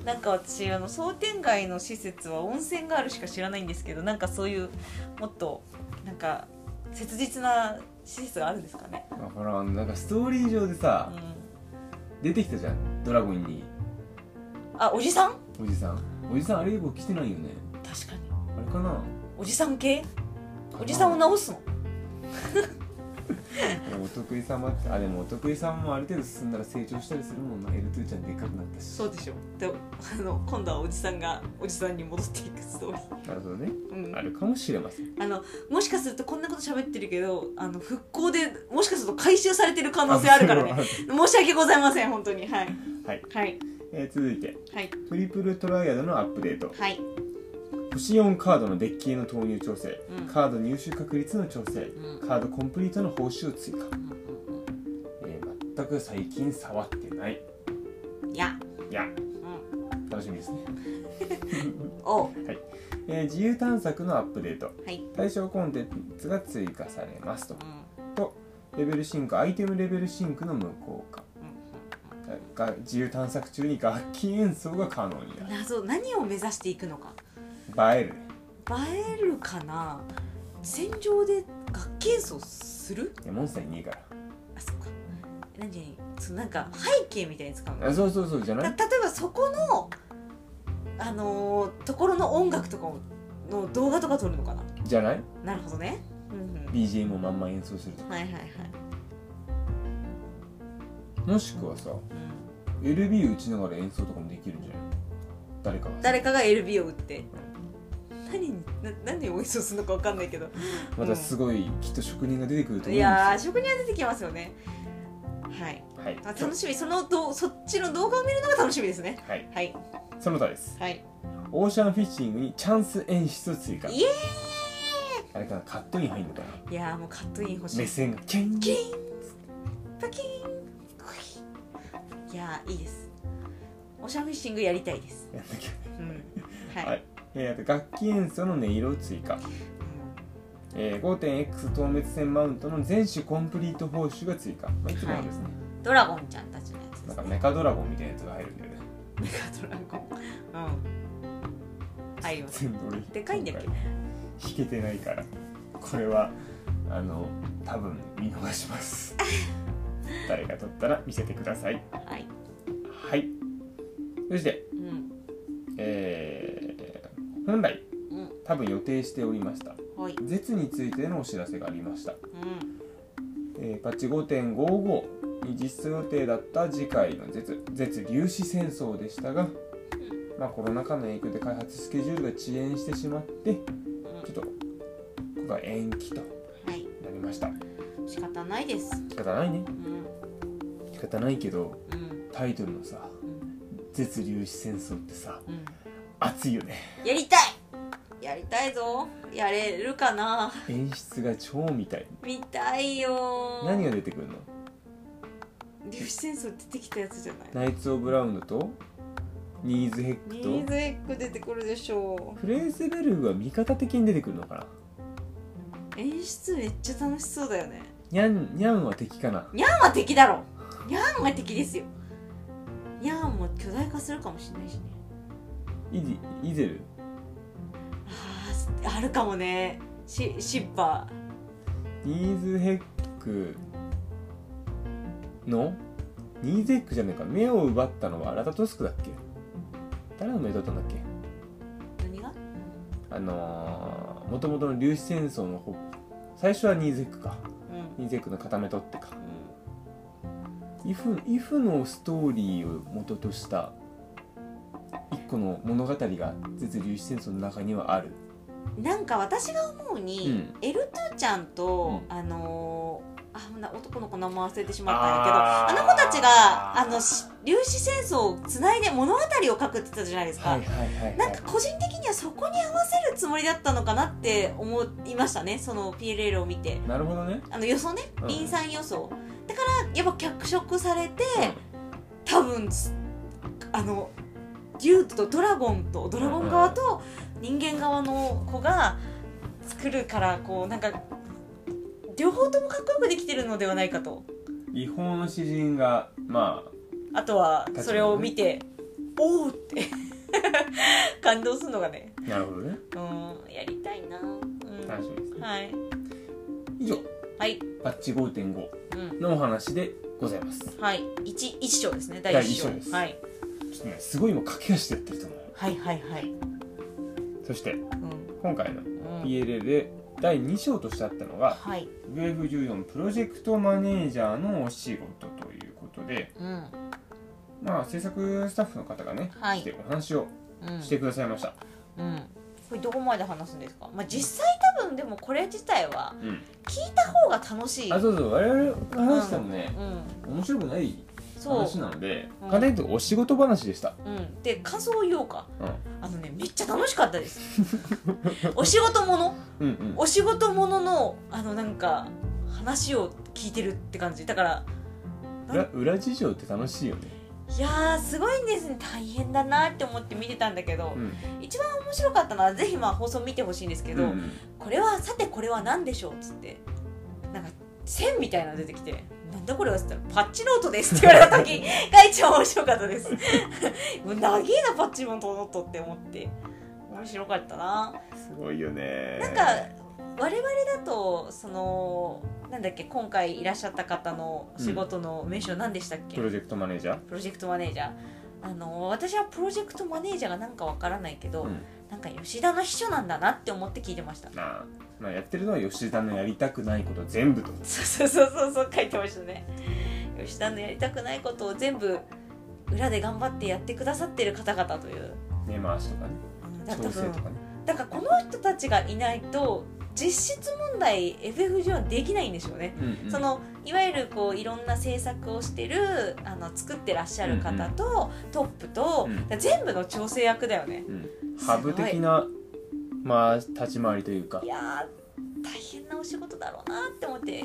Speaker 1: ど
Speaker 2: なんか私あの商店街の施設は温泉があるしか知らないんですけどなんかそういうもっとなんか切実な施設があるんですかね
Speaker 1: まあほらあのなんかストーリー上でさ出てきたじゃんドラゴンに
Speaker 2: あおじさん
Speaker 1: おじさんおじさんあれ僕来てないよね
Speaker 2: 確かに
Speaker 1: あれかな
Speaker 2: おじさん系おじさんを直すの
Speaker 1: お得意様ってあでもお得意さんもある程度進んだら成長したりするもんな L2 ちゃんでっかくなったし
Speaker 2: そうでしょであの今度はおじさんがおじさんに戻っていくストーリ
Speaker 1: なるほどね
Speaker 2: ー、うん、
Speaker 1: あるかもしれません
Speaker 2: あのもしかするとこんなこと喋ってるけどあの復興でもしかすると回収されてる可能性あるからね申し訳ございません本当にはい
Speaker 1: はい、
Speaker 2: はい
Speaker 1: えー続いて
Speaker 2: はい
Speaker 1: トリプルトライアドのアップデート
Speaker 2: はい
Speaker 1: 星4カードのデッキへの投入調整、
Speaker 2: うん
Speaker 1: カード入手確率の調整
Speaker 2: うん
Speaker 1: カードコンプリートの報酬追加、
Speaker 2: うんうん
Speaker 1: えー全く最近触ってない
Speaker 2: うんいや
Speaker 1: いや
Speaker 2: うん
Speaker 1: 楽しみですね、
Speaker 2: おう
Speaker 1: えー自由探索のアップデート
Speaker 2: はい
Speaker 1: 対象コンテンツが追加されますと
Speaker 2: うん
Speaker 1: レベルシンクアイテムレベルシンクの無効化
Speaker 2: う
Speaker 1: が自由探索中に楽器演奏が可能に
Speaker 2: んうん謎何を目指していくの
Speaker 1: な
Speaker 2: か
Speaker 1: る映えるね
Speaker 2: 映えるかな戦場で楽器演奏する
Speaker 1: いやモンスターにいいか
Speaker 2: あそっか何そのなんか背景みたいに使うの
Speaker 1: らあそうそうそうじゃな
Speaker 2: た
Speaker 1: い
Speaker 2: 例えばそこのあのーところの音楽とかをの動画とか撮るのかな
Speaker 1: じゃない
Speaker 2: なるほどね、うんうん、
Speaker 1: BGM をまんま演奏するとか
Speaker 2: はいはいはい、
Speaker 1: もしくはさ LB 打ちながら演奏とかもできるんじゃない誰かが
Speaker 2: 誰かが LB を打って何にな何に演奏するのか分かんないけど
Speaker 1: またすごいきっと職人が出てくると思うん
Speaker 2: い
Speaker 1: ですよ
Speaker 2: やー職人は出てきますよねはい
Speaker 1: はい
Speaker 2: あ楽しみそのどそっちの動画を見るのが楽しみですね
Speaker 1: はい
Speaker 2: はい
Speaker 1: その他です
Speaker 2: はい
Speaker 1: オーシャンフィッシングにチャンス演出追加
Speaker 2: イエ
Speaker 1: あれかなカットイン入るのかない
Speaker 2: やーもうカットイン欲しい
Speaker 1: 目線がキャン
Speaker 2: キーンパキーンクイーンいやーいいですオシャンフィッシングやりたいです
Speaker 1: やんなきゃ
Speaker 2: うんはい、
Speaker 1: はい えーあと楽器演奏の音色を追加えー 5.x 透滅線マウントの全種コンプリート報酬が追加、まあ、いつものですね、
Speaker 2: うんドラゴンちゃんたちのやつで
Speaker 1: なん
Speaker 2: す
Speaker 1: か
Speaker 2: ね
Speaker 1: メカドラゴンみたいなやつが入るんだよね
Speaker 2: メカドラゴンうん入ります
Speaker 1: 全部俺
Speaker 2: でかいんだっけ
Speaker 1: 今回弾けてないからこれはあの多分見逃します誰が撮ったら見せてください
Speaker 2: はい
Speaker 1: はいそして
Speaker 2: うん
Speaker 1: えー本来
Speaker 2: うん
Speaker 1: 多分予定しておりました
Speaker 2: ほい
Speaker 1: 絶についてのお知らせがありました
Speaker 2: うん
Speaker 1: えーパッチ5.55に実装予定だった次回の絶絶粒子戦争でしたが、まあ、コロナ禍の影響で開発スケジュールが遅延してしまってち
Speaker 2: うん
Speaker 1: ょっとここが延期と
Speaker 2: はい
Speaker 1: なりました
Speaker 2: 仕方ないです
Speaker 1: 仕方ないね
Speaker 2: うん
Speaker 1: 仕方ないけど
Speaker 2: うん
Speaker 1: タイトルのさ
Speaker 2: うん
Speaker 1: 「絶粒子戦争」ってさ
Speaker 2: うん
Speaker 1: 熱いよね
Speaker 2: やりたいやりたいぞやれるかな
Speaker 1: 演出が超みたい
Speaker 2: 見たいよー
Speaker 1: 何が出てくるの
Speaker 2: 粒子戦争出てきたやつじゃない
Speaker 1: ナイツ・オブ・ラウンドとニーズ・ヘッ
Speaker 2: ニ
Speaker 1: ク
Speaker 2: ー
Speaker 1: と
Speaker 2: ズエッグ出てくるでしょ
Speaker 1: フレーズベルグは味方的に出てくるのかな
Speaker 2: う演出めっちゃ楽しそうだよね
Speaker 1: ニャンニャンは敵かな
Speaker 2: ニャンは敵だろニャンは敵ですよニャンも巨大化するかもしれないしね
Speaker 1: イディイゼル
Speaker 2: あーあるかもねシシッパ
Speaker 1: ニーズヘックのニーズヘックじゃねえか目を奪ったのはアラタトスクだっけ誰の目だったんだっけ
Speaker 2: ー何が
Speaker 1: あのー、元々の粒子戦争の方最初はニーズヘックか
Speaker 2: うん
Speaker 1: ニーズヘックの固め取ってかイフイフのストーリーを元とした一個の物語が絶粒子戦争の中にはある
Speaker 2: うんなんか私が思うに、エルトゥちゃんと、
Speaker 1: う
Speaker 2: あのーあな男の子名前忘れてしまったんやけどあの子たちがあのし粒子戦争をつないで物語を書くって言ってたじゃないですか、
Speaker 1: はいはいはい、はい、
Speaker 2: なんか個人的にはそこに合わせるつもりだったのかなって思いましたねその PLL を見て
Speaker 1: なるほどね
Speaker 2: あの予想ね
Speaker 1: うん
Speaker 2: 林さん予想、だからやっぱ脚色されて多分すあの竜とドラゴンとドラゴン側と人間側の子が作るからこうなんか両方ともかっこよくできてるのではないかと
Speaker 1: 違法の詩人がまあ
Speaker 2: あとはそれを見て、おおって 感動するのがね
Speaker 1: なるほどね。
Speaker 2: うんやりたいな、うん、
Speaker 1: 楽しみですね。
Speaker 2: はい。
Speaker 1: 以上、
Speaker 2: はい。
Speaker 1: パッチ5.5、
Speaker 2: うん
Speaker 1: のお話でございます。
Speaker 2: はい一一章ですね第
Speaker 1: 第
Speaker 2: 一
Speaker 1: 一
Speaker 2: 章
Speaker 1: 章です
Speaker 2: はい、
Speaker 1: ちょっとね、すごい今駆け足でやってると思うよ。
Speaker 2: はいはいはい
Speaker 1: そして、
Speaker 2: うん
Speaker 1: 今回の
Speaker 2: うん
Speaker 1: PLL で第2章としてあったのが、
Speaker 2: はい
Speaker 1: Web14 プロジェクトマネージャーのお仕事ということで、
Speaker 2: うんうん
Speaker 1: まあ、制作スタッフの方がね、
Speaker 2: はい
Speaker 1: 来てお話をしてくださいました。
Speaker 2: うんこれどこまで話すんですかまあ実際多分でもこれ自体は
Speaker 1: うん。
Speaker 2: 聞いた方が楽しい
Speaker 1: あ、そうそう、我々の話してもね、
Speaker 2: うん
Speaker 1: 面白くない
Speaker 2: そう
Speaker 1: 話なので、
Speaker 2: うん
Speaker 1: 簡単に言うとお仕事話でした。
Speaker 2: うん、で感想を言おうか
Speaker 1: う
Speaker 2: あのねめっちゃ楽しかった ですお仕事もの
Speaker 1: ん。うんうん。
Speaker 2: お仕事もののあのなんか話を聞いてるって感じだから
Speaker 1: 裏裏事情って楽しいよね。
Speaker 2: いやーすごいんですね大変だなって思って見てたんだけど、
Speaker 1: うん。
Speaker 2: 一番面白かったのはぜひまあ放送見てほしいんですけど、
Speaker 1: うんうん
Speaker 2: これはさてこれは何でしょうっつってなんか線みたいなの出てきて「なんだこれは?」っつったら「パッチノートです」って言われた時 が一番面白かったですもう長えなパッチノートって思って面白かったな
Speaker 1: すごいよね。
Speaker 2: なんか我々だとそのなんだっけ今回いらっしゃった方の仕事の名称何でしたっけ、
Speaker 1: プロジェクトマネージャー。
Speaker 2: プロジェクトマネージャーあの私はプロジェクトマネージャーがなんかわからないけど、
Speaker 1: うん
Speaker 2: なんか吉田の秘書なんだなって思って聞いてました
Speaker 1: なあ、まあ、やってるのは吉田のやりたくないこと全部と。
Speaker 2: そうそうそうそうそう書いてましたね吉田のやりたくないことを全部裏で頑張ってやってくださってる方々という
Speaker 1: 根回しとかね。
Speaker 2: だ
Speaker 1: 調整とかね。
Speaker 2: だからこの人たちがいないと実質問題 FF 上はできないんでしょうね、
Speaker 1: うんうん
Speaker 2: そのいわゆるこういろんな制作をしてるあの作ってらっしゃる方と、トップと、
Speaker 1: うん
Speaker 2: だから全部の調整役だよね
Speaker 1: うんハブ的な、まあ、立ち回りというか
Speaker 2: い。やー大変なお仕事だろうなって思って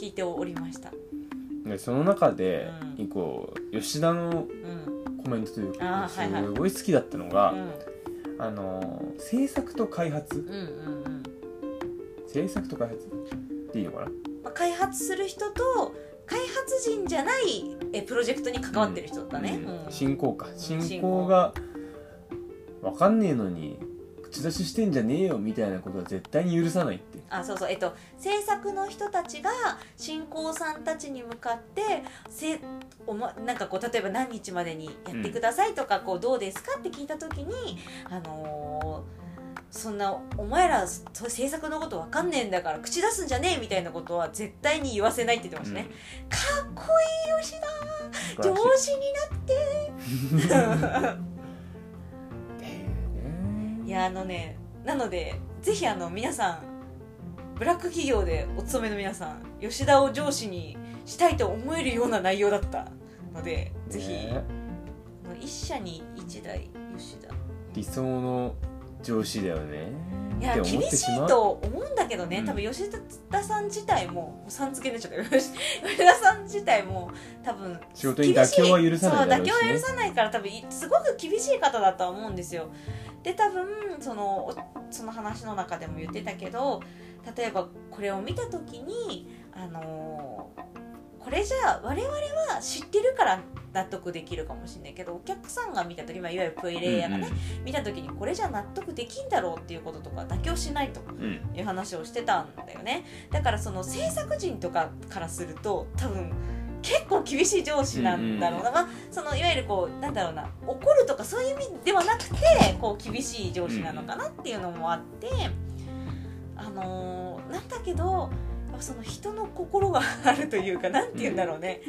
Speaker 2: 聞いておりました、
Speaker 1: でその中で
Speaker 2: うん、
Speaker 1: 一個、吉田の
Speaker 2: うん
Speaker 1: コメントというか、
Speaker 2: あ
Speaker 1: す
Speaker 2: ーはいはい
Speaker 1: ごい好きだったの
Speaker 2: う
Speaker 1: が、
Speaker 2: ん、
Speaker 1: あのー、制作と開発
Speaker 2: うんうんうん
Speaker 1: 制作と開発っていいのかな
Speaker 2: まあ、開発する人と開発人じゃないえプロジェクトに関わってる人だね、
Speaker 1: うん
Speaker 2: うん
Speaker 1: 進行か
Speaker 2: 進行
Speaker 1: 進行が分かんねえのに口出ししてんじゃねえよみたいなことは絶対に許さないって
Speaker 2: あそうそうえっと制作の人たちが進行さんたちに向かってせおまなんかこう例えば何日までにやってくださいとか、こうどうですかって聞いた時にあのーそんなお前らそ制作のことわかんねえんだから口出すんじゃねえみたいなことは絶対に言わせないって言ってましたね、かっこいい吉田
Speaker 1: うん
Speaker 2: 上
Speaker 1: 素
Speaker 2: 司に
Speaker 1: 晴らし
Speaker 2: なって
Speaker 1: いだよね
Speaker 2: いやあのねなのでぜひあの皆さんブラック企業でお勤めの皆さん吉田を上司にしたいと思えるような内容だったのでぜひ、
Speaker 1: ね
Speaker 2: あの一社に一台吉田
Speaker 1: 理想の上司だよね
Speaker 2: いや
Speaker 1: って思
Speaker 2: 厳
Speaker 1: って
Speaker 2: し
Speaker 1: しま
Speaker 2: いうと思うんだけどね、
Speaker 1: うん
Speaker 2: 多分吉田さん自体ももうさん付けになっちゃった吉田さん自体も多分
Speaker 1: 仕事に妥協は許さないだ
Speaker 2: 厳
Speaker 1: ろうしね
Speaker 2: しそう妥協は許さないから多分いすごく厳しい方だとは思うんですよで多分そのおその話の中でも言ってたけど例えばこれを見た時にあのーこれじゃあ我々は知ってるから納得できるかもしれないけどお客さんが見た時、まあ、いわゆるプレイヤーがね、見た時にこれじゃ納得できんだろうっていうこととか妥協しないと
Speaker 1: うんうん
Speaker 2: いう話をしてたんだよねだからその制作人とかからすると多分結構厳しい上司なんだろうな、まあ、そのいわゆるこうなんだろうな怒るとかそういう意味ではなくてこう厳しい上司なのかなっていうのもあって、あのーなんだけどその人の心があるというかなんて言うんだろうね、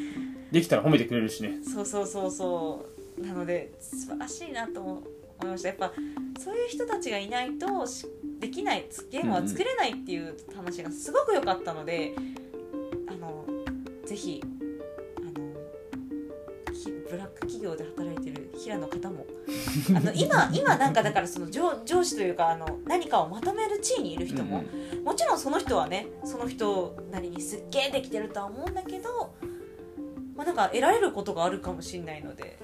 Speaker 1: できたら褒めてくれるしね
Speaker 2: そうそうそうそうなので素晴らしいなと思いましたやっぱそういう人たちがいないとしできないゲームは作れないっていう話がすごく良かったので、あのぜひあのひブラック企業で働いてる平野方もあの今今なんかだからその上上司というかあの何かをまとめる地位にいる人も、もちろんその人はねその人なりにすっげえできてるとは思うんだけど、まあ、なんか得られることがあるかもしれないので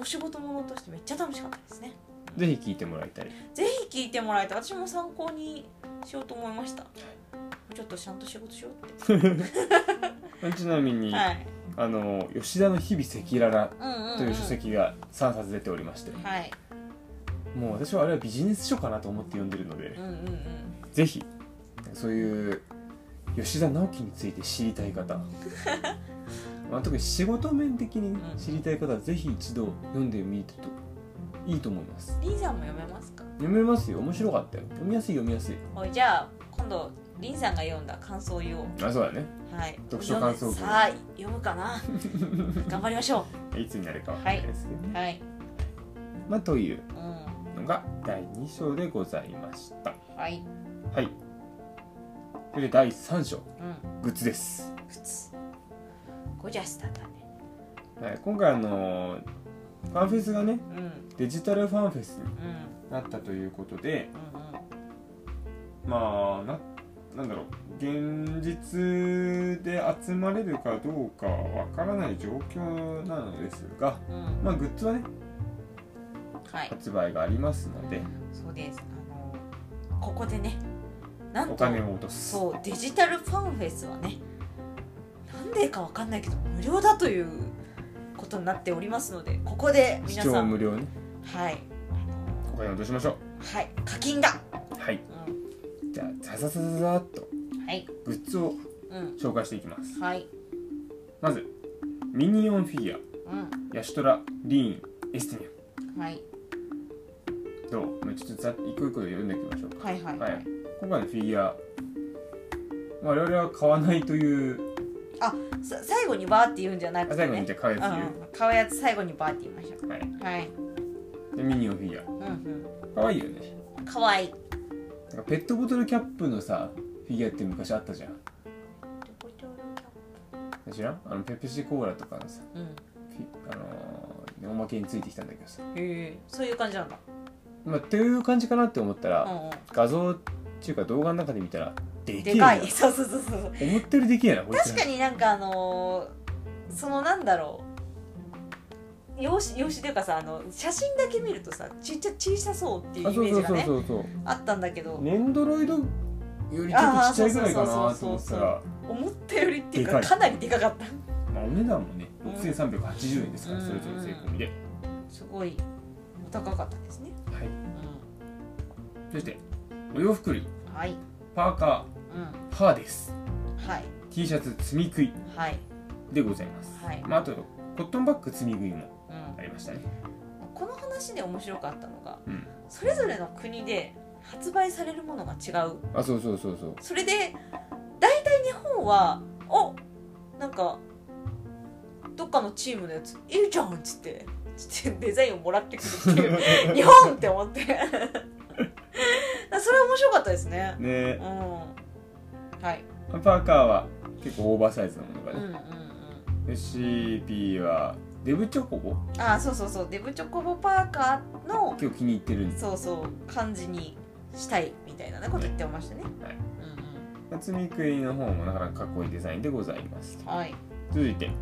Speaker 2: お仕事ものとしてめっちゃ楽しかったですね
Speaker 1: ぜひ聞いてもらいたい
Speaker 2: ぜひ聞いてもらえて私も参考にしようと思いましたちょっとちゃんと仕事しようっ
Speaker 1: ちなみに、
Speaker 2: てはい
Speaker 1: あの吉田の日々赤裸々
Speaker 2: うんうん、うん、
Speaker 1: という書籍が3冊出ておりまして、
Speaker 2: はい
Speaker 1: もう私はあれはビジネス書かなと思って読んでるので、
Speaker 2: うんうんうん
Speaker 1: ぜひそういう吉田直樹について知りたい 方まあ特に仕事面的に知りたい方はぜひ一度読んでみるといいと思います
Speaker 2: リンさんも読めますか
Speaker 1: 読めますよ面白かったよ読みやすい読みやすい
Speaker 2: おいじゃあ今度リンさんが読んだ感想を言おう
Speaker 1: あそうだね
Speaker 2: はい
Speaker 1: 読書感想文
Speaker 2: 読んでさあ読むかな頑張りましょ
Speaker 1: いつになるかわからないですけどね、
Speaker 2: うはい
Speaker 1: まあという
Speaker 2: うん
Speaker 1: のが第2章でございました
Speaker 2: はい
Speaker 1: はいそれで第3章
Speaker 2: うん
Speaker 1: グッズです、
Speaker 2: 普通ゴジャスだったね
Speaker 1: はい、今回あのーファンフェスがね
Speaker 2: うんうん
Speaker 1: デジタルファンフェス
Speaker 2: うん
Speaker 1: になったということで
Speaker 2: うん
Speaker 1: まあななんだろう現実で集まれるかどうかわからない状況なのですが
Speaker 2: うん
Speaker 1: まあグッズはね
Speaker 2: はい
Speaker 1: 発売がありますので
Speaker 2: そうですあのここでねなんと
Speaker 1: お金を落とす
Speaker 2: そうデジタルファンフェスはねなんでかわかんないけど無料だということになっておりますのでここで
Speaker 1: 視
Speaker 2: 皆さ
Speaker 1: 聴
Speaker 2: ん
Speaker 1: 無料ね
Speaker 2: はい
Speaker 1: お金を落としましょ
Speaker 2: はい課金だ、
Speaker 1: うはい
Speaker 2: うん、
Speaker 1: じゃあザザザザザーっと
Speaker 2: はい
Speaker 1: グッズを
Speaker 2: うん
Speaker 1: 紹介していきます
Speaker 2: はい
Speaker 1: まずミニオンフィギュ
Speaker 2: う
Speaker 1: アヤシトラリーンエスティニ
Speaker 2: んはい
Speaker 1: アどうもうちょっとざっ一個一個で読んでいきましょうか
Speaker 2: はいはい
Speaker 1: はい今回のフィギュアまあ我々は買わないという
Speaker 2: さ最後にバーって言うんじゃなく
Speaker 1: あ
Speaker 2: て、
Speaker 1: 最
Speaker 2: ね、
Speaker 1: 後にじゃあ買うやつ言
Speaker 2: うん、買うやつ最後にバーって言いましょ
Speaker 1: うはいう
Speaker 2: はい
Speaker 1: でミニオンフィギュ
Speaker 2: うんう
Speaker 1: アかわいいよね
Speaker 2: んかわいい
Speaker 1: なんかペットボトルキャップのさフィギュアって昔あったじゃん知らんあのペプシコーラとかのさ
Speaker 2: うん
Speaker 1: フィあのーおまけについてきたんだけどさ
Speaker 2: へえそういう感じなんだ
Speaker 1: まあっていう感じかなって思った
Speaker 2: う
Speaker 1: ら
Speaker 2: んうん
Speaker 1: 画像っていうか動画の中で見たらでけえ
Speaker 2: で
Speaker 1: な
Speaker 2: かい そうそうそうそう
Speaker 1: 思ったよりでけえなこいつ
Speaker 2: 確かになんかあのーそのなんだろう用紙用紙というかさあの写真だけ見るとさちっちゃ小さそうってい
Speaker 1: あ
Speaker 2: うイ
Speaker 1: そ
Speaker 2: メ
Speaker 1: う
Speaker 2: ー
Speaker 1: そ
Speaker 2: ジ
Speaker 1: う
Speaker 2: が
Speaker 1: そう
Speaker 2: ね
Speaker 1: そうそう
Speaker 2: あったんだけど
Speaker 1: ネンドロイドよりちょっとちっちゃいぐらいかなと思ってたら、
Speaker 2: 思ったよりっていう
Speaker 1: で
Speaker 2: か
Speaker 1: かい
Speaker 2: かなりでかかった
Speaker 1: まあ、お値段もね
Speaker 2: うん
Speaker 1: 6380円ですから、
Speaker 2: うん
Speaker 1: それぞれ税込みで、
Speaker 2: すごいお高かったですね、
Speaker 1: はい、
Speaker 2: う
Speaker 1: そしてお洋服類
Speaker 2: ん、はい
Speaker 1: パーカ
Speaker 2: う
Speaker 1: ーパーです
Speaker 2: んはい
Speaker 1: T シャツ積み食い
Speaker 2: はい
Speaker 1: でございます、
Speaker 2: はい
Speaker 1: まあ、あとコットンバッグ積み食いも
Speaker 2: うん
Speaker 1: ありましたね
Speaker 2: この話で面白かったのが
Speaker 1: うん
Speaker 2: それぞれの国で発売されるものが違う
Speaker 1: あそうそうそうそう
Speaker 2: それで大体日本は「おなんかどっかのチームのやついいじゃん」っつって つってデザインをもらってくるっていう 日本って思ってそれ面白かったですね
Speaker 1: ね
Speaker 2: うんはい
Speaker 1: パーカーは結構オーバーサイズのものが
Speaker 2: うんうん
Speaker 1: ね、
Speaker 2: うん
Speaker 1: で CP はデブチョコボ
Speaker 2: あそうそうそうデブチョコボパーカーの
Speaker 1: 結構気に入ってるんです
Speaker 2: そうそう感じにしたいみたいなねこと言ってましたね
Speaker 1: はい
Speaker 2: うん
Speaker 1: 積み食いの方もなかなかかっこいいデザインでございます
Speaker 2: うんはい
Speaker 1: 続いて、
Speaker 2: うん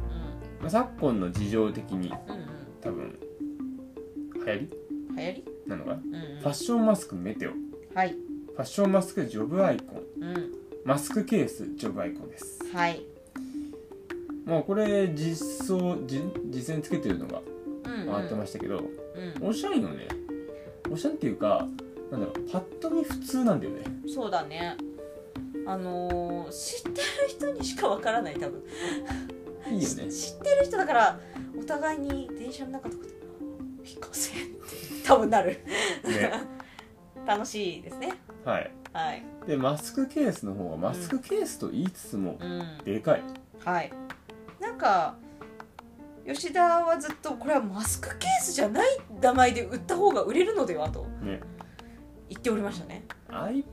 Speaker 1: まあ、昨今の事情的に
Speaker 2: うん
Speaker 1: 多分流行り
Speaker 2: うん流行り
Speaker 1: なのかな
Speaker 2: うん
Speaker 1: ファッションマスクメテオフ
Speaker 2: うんはい
Speaker 1: ァッションマスクジョブアイコン
Speaker 2: うん
Speaker 1: マスクケースジョブアイコンです
Speaker 2: はい
Speaker 1: もうこれ実装じ実践つけてるのが
Speaker 2: うん
Speaker 1: 回ってま
Speaker 2: し
Speaker 1: したけど、
Speaker 2: たうん
Speaker 1: おしゃれよねおしゃれっていうかなんだろうパッと見普通なんだよね
Speaker 2: そうだねあのー知ってる人にしかわからない多分
Speaker 1: いいよ ね
Speaker 2: し知ってる人だからお互いに電車の中とかで「ピカセン」って多分なる
Speaker 1: ね
Speaker 2: 楽しいですね
Speaker 1: はい
Speaker 2: はい
Speaker 1: でマスクケースの方はマスクケースと言いつつも
Speaker 2: うん
Speaker 1: でかい
Speaker 2: はいなんか吉田はずっとこれはマスクケースじゃない名前で売った方が売れるのではと
Speaker 1: ね
Speaker 2: 言っておりましたね
Speaker 1: iPad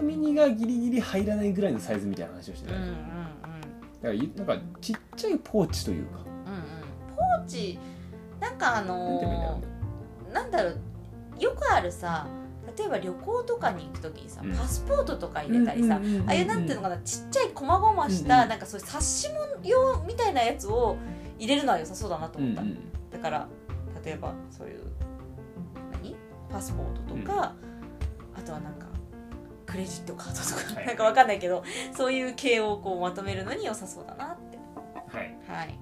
Speaker 1: mini がギリギリ入らないぐらいのサイズみたいな話をして
Speaker 2: うん
Speaker 1: た
Speaker 2: うん
Speaker 1: よ
Speaker 2: うん
Speaker 1: ねだからいなんかちっちゃいポーチというか
Speaker 2: うんうんポーチなんかあ
Speaker 1: なん
Speaker 2: の
Speaker 1: て言えばいいんだろう
Speaker 2: ー
Speaker 1: ね
Speaker 2: なんだろうよくあるさ例えば旅行とかに行く時にさ
Speaker 1: うん
Speaker 2: パスポートとか入れたりさ、
Speaker 1: んんんん
Speaker 2: ああいうなんていうのかなちっちゃい細々した、
Speaker 1: うんうん
Speaker 2: なんかそういう冊子物用みたいなやつを入れるのは良さそうだなと
Speaker 1: うん
Speaker 2: 思
Speaker 1: う
Speaker 2: った、
Speaker 1: ん
Speaker 2: だから例えばそういう何パスポートとか、あとはなんかクレジットカードとか、
Speaker 1: はい
Speaker 2: なんかわかんないけどそういう系をこうまとめるのに良さそうだなって
Speaker 1: はい
Speaker 2: はい、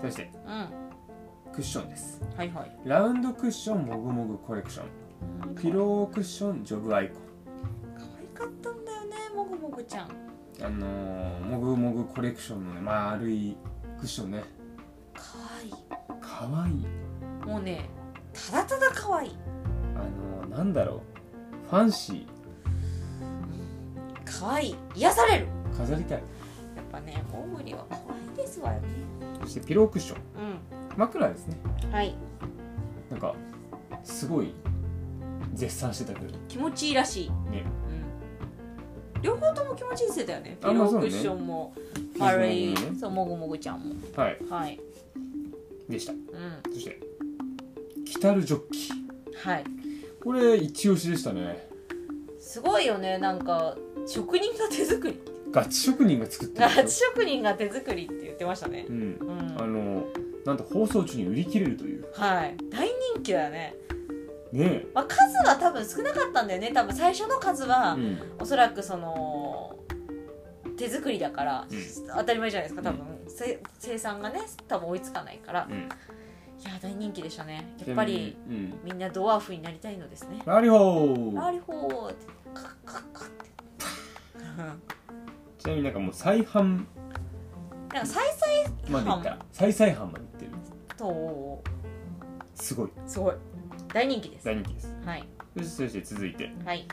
Speaker 1: そして
Speaker 2: うん、は
Speaker 1: クッションです
Speaker 2: いはい
Speaker 1: ラウンドクッションもぐもぐコレクションピロークッションジョブアイコン
Speaker 2: 可愛かったんだよねもぐもぐちゃん
Speaker 1: あのーもぐもぐコレクションのね丸いクッションね
Speaker 2: かわいい
Speaker 1: かわいい
Speaker 2: もうねただただかわいい
Speaker 1: あのーなんだろうファンシ
Speaker 2: かわいい癒される
Speaker 1: ー飾りたい
Speaker 2: やっぱねゴブリは怖いですわよね
Speaker 1: そしてピロークッション枕ですね
Speaker 2: うんはい
Speaker 1: なんかすごい絶賛してたけど
Speaker 2: 気持ちいいらしい、
Speaker 1: ね
Speaker 2: うん、両方とも気持ちいいせだよねピ
Speaker 1: あ
Speaker 2: ロ
Speaker 1: まあ
Speaker 2: ー
Speaker 1: そう
Speaker 2: ク
Speaker 1: ね
Speaker 2: ッションも丸い
Speaker 1: 傷もね
Speaker 2: そうもぐもぐちゃんも
Speaker 1: はい
Speaker 2: はい
Speaker 1: でした
Speaker 2: うん
Speaker 1: そしてキタルジョッキ
Speaker 2: はい
Speaker 1: これ一押しでしたね
Speaker 2: すごいよねなんか職人が手作り
Speaker 1: ガチ職人が作って
Speaker 2: ガ
Speaker 1: るで
Speaker 2: チ
Speaker 1: し
Speaker 2: 職人が手作りって言ってましたね
Speaker 1: ょうん
Speaker 2: うん
Speaker 1: あのなんと放送中に売り切れるという
Speaker 2: はい大人気だよね、
Speaker 1: ね
Speaker 2: まあ、数は多分少なかったんだよね多分最初の数
Speaker 1: え、
Speaker 2: は、
Speaker 1: うん、
Speaker 2: おそらくその手作りだから、
Speaker 1: うん
Speaker 2: 当たり前じゃないですか多分、せ生産がね多分追いつかないから、
Speaker 1: う
Speaker 2: い
Speaker 1: ん
Speaker 2: や大人気でしたねやっぱり、
Speaker 1: うん、
Speaker 2: みんなドワーフになりたいのですね
Speaker 1: ラリホ
Speaker 2: ラ
Speaker 1: ー
Speaker 2: リホーってカッカッカッって
Speaker 1: ちなみになんかもう再販
Speaker 2: なんか再生
Speaker 1: までいった再再販までいってる
Speaker 2: と
Speaker 1: すごい
Speaker 2: すごい大人気です
Speaker 1: 大人気です
Speaker 2: はい
Speaker 1: そしてそして続いて、
Speaker 2: はい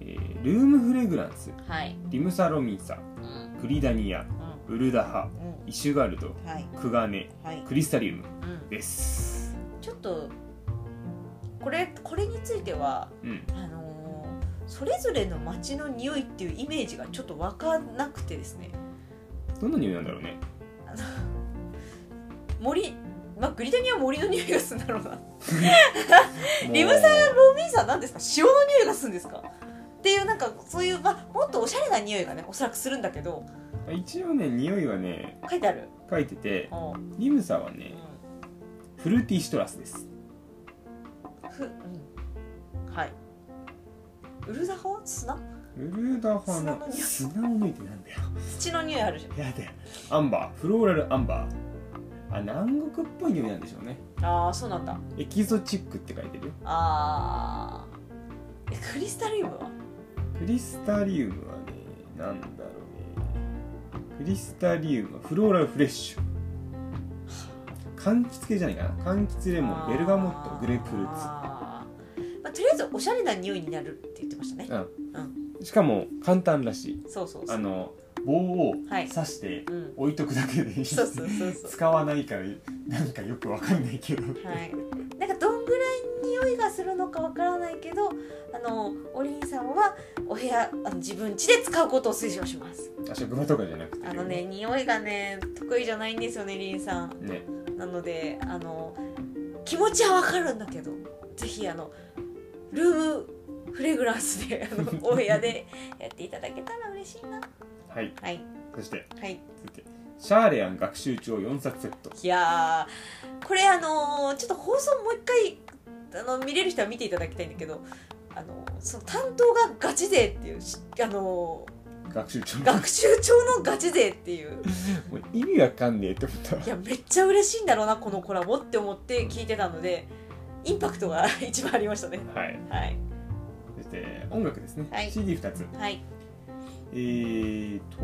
Speaker 1: えールームフレグランス
Speaker 2: はい
Speaker 1: リムサロミンサ
Speaker 2: うんうん
Speaker 1: クリダニアウルダハ
Speaker 2: う
Speaker 1: イシュガルド
Speaker 2: んはい
Speaker 1: クガネ
Speaker 2: はい、
Speaker 1: クリスタリウム
Speaker 2: うん、
Speaker 1: です
Speaker 2: ちょっとこれこれについては
Speaker 1: うん
Speaker 2: あのーそれぞれの街の匂いっていうイメージがちょっと分かんなくてですね
Speaker 1: どんな匂いなんだろうね
Speaker 2: 森まあグリタニアは森の匂いがするんだろうな
Speaker 1: もう
Speaker 2: リムサロミンさん何ですか塩の匂いがするんですかっていうなんかそういう、まあ、もっとおしゃれな匂いがねおそらくするんだけど
Speaker 1: 一応ね匂いはね
Speaker 2: 書いてある
Speaker 1: 書いてて
Speaker 2: おう
Speaker 1: リムサは
Speaker 2: う
Speaker 1: ね
Speaker 2: ん
Speaker 1: フルーティーシトラスです
Speaker 2: ふうんはいウルダホ砂
Speaker 1: ウルダハの
Speaker 2: 砂
Speaker 1: 砂を抜いてなんだよ
Speaker 2: 土の匂いあるじ
Speaker 1: やだよアンバーフローラルアンバーあ南国っぽい匂いなんでしょうね
Speaker 2: ゃんああそうなんだ
Speaker 1: エキゾチックって書いてるよ
Speaker 2: あーえクリスタリウムは
Speaker 1: クリスタリウムはねなんだろうねクリスタリウムはフローラルフレッシュ柑橘系じゃないかな柑橘レモンベルガモットグレープフルー
Speaker 2: あーまあ、とりあえずおしゃれな匂いになるって言ってましたね
Speaker 1: ツ、うん、しかも簡単らしい
Speaker 2: そうそうそ
Speaker 1: あ
Speaker 2: う
Speaker 1: の棒を
Speaker 2: はい
Speaker 1: 刺して
Speaker 2: うん
Speaker 1: 置いとくだけでいい
Speaker 2: そうそうそうそ
Speaker 1: 使わないからなんかよくわかんないけど
Speaker 2: うはいなんかどんぐらい匂いがするのかわからないけどあのおりんさんはお部屋あの自分家で使うことを推奨します
Speaker 1: あ職場とかじゃなくて
Speaker 2: あのね匂いがね得意じゃないんですよねりんさん
Speaker 1: ね
Speaker 2: なのであの気持ちはわかるんだけどぜひあのルームフレグランスであのお部屋でやっていただけたら嬉しいな
Speaker 1: はい
Speaker 2: はい
Speaker 1: そして
Speaker 2: はい
Speaker 1: 続いてシャーレアン学習帳4冊セット
Speaker 2: いやーこれあのーちょっと放送もう一回あの見れる人は見ていただきたいんだけどあのその担当がガチ勢っていうしあの
Speaker 1: 学習帳
Speaker 2: ー学習帳のガチ勢っていう
Speaker 1: もう意味わかんねえって思った
Speaker 2: いやめっちゃ嬉しいんだろうなこのコラボって思って聞いてたのでインパクトが一番ありましたね
Speaker 1: はい
Speaker 2: はい
Speaker 1: そして音楽ですね、
Speaker 2: はい
Speaker 1: CD2 つ
Speaker 2: はい
Speaker 1: えーと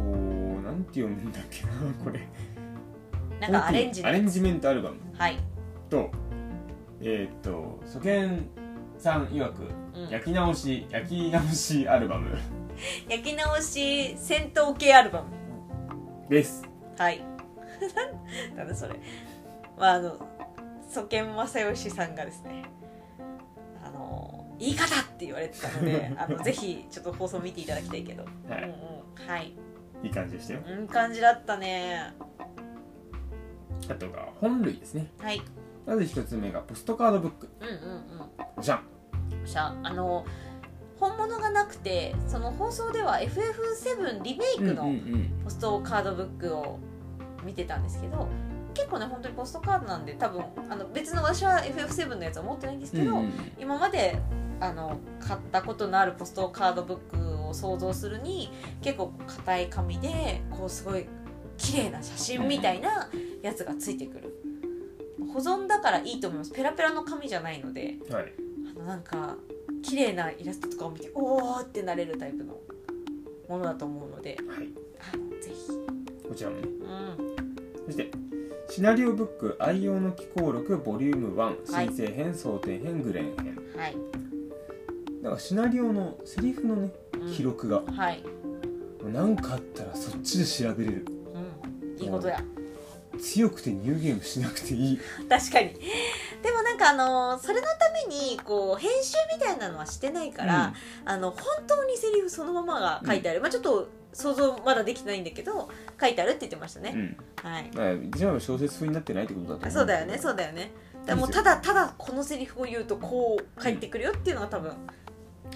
Speaker 1: なんて読むんだっけなこれ
Speaker 2: なんかアレンジ
Speaker 1: アレンジメントアルバム
Speaker 2: はい
Speaker 1: とえーと初見さん曰く
Speaker 2: うん
Speaker 1: 焼き直し焼き直しアルバム
Speaker 2: 焼き直し戦闘系アルバム
Speaker 1: です
Speaker 2: はい なんだそれまああの祖見正義さんがですねあの言い方って言われてた のであのぜひちょっと放送見ていただきたいけど、
Speaker 1: は
Speaker 2: うん
Speaker 1: い、
Speaker 2: うん、はい
Speaker 1: いい感じでしたよ
Speaker 2: うん感じだったね
Speaker 1: あとが本類ですね
Speaker 2: はい
Speaker 1: まず一つ目がポストカードブック
Speaker 2: うんうん
Speaker 1: おしゃん
Speaker 2: うんじゃああの本物がなくてその放送では FF7 リメイク
Speaker 1: うんう
Speaker 2: の
Speaker 1: ん
Speaker 2: ポストカードブックを見てたんですけど結構ね本当にポストカードなんで多分あの別の私は FF7 のやつは持ってないんです
Speaker 1: うん
Speaker 2: けど、
Speaker 1: うんうん
Speaker 2: 今まであの買ったことのあるポストカードブックを想像するに結構硬い紙でこうすごい綺麗な写真みたいなやつがついてくる保存だからいいと思いますペラペラの紙じゃないので
Speaker 1: はい
Speaker 2: あのなんか綺麗なイラストとかを見ておーってなれるタイプのものだと思うので
Speaker 1: はいちろんね
Speaker 2: うん
Speaker 1: そしてシナリオブック愛用の機構録ボリューム1
Speaker 2: はい
Speaker 1: 新生編想定編グレン編
Speaker 2: はい、
Speaker 1: だからシナリオのセリフのね
Speaker 2: うん
Speaker 1: 記録が
Speaker 2: はい、
Speaker 1: 何かあったらそっちで調べれる
Speaker 2: うん、いいことや
Speaker 1: 強くてニューゲームしなくていい
Speaker 2: 確かにでもなんかあのーそれのためにこう編集みたいなのはしてないから、あの本当にセリフそのままが書いてある、まあちょっと想像まだできてないんだけど書いてあるって言ってました
Speaker 1: う
Speaker 2: ね、
Speaker 1: ん
Speaker 2: はい
Speaker 1: まあ一番は小説風になってないってことだと思
Speaker 2: あ
Speaker 1: う
Speaker 2: そうだよねそうだよねだからもうただただこのセリフを言うとこう書いてくるよっていうのが多分あ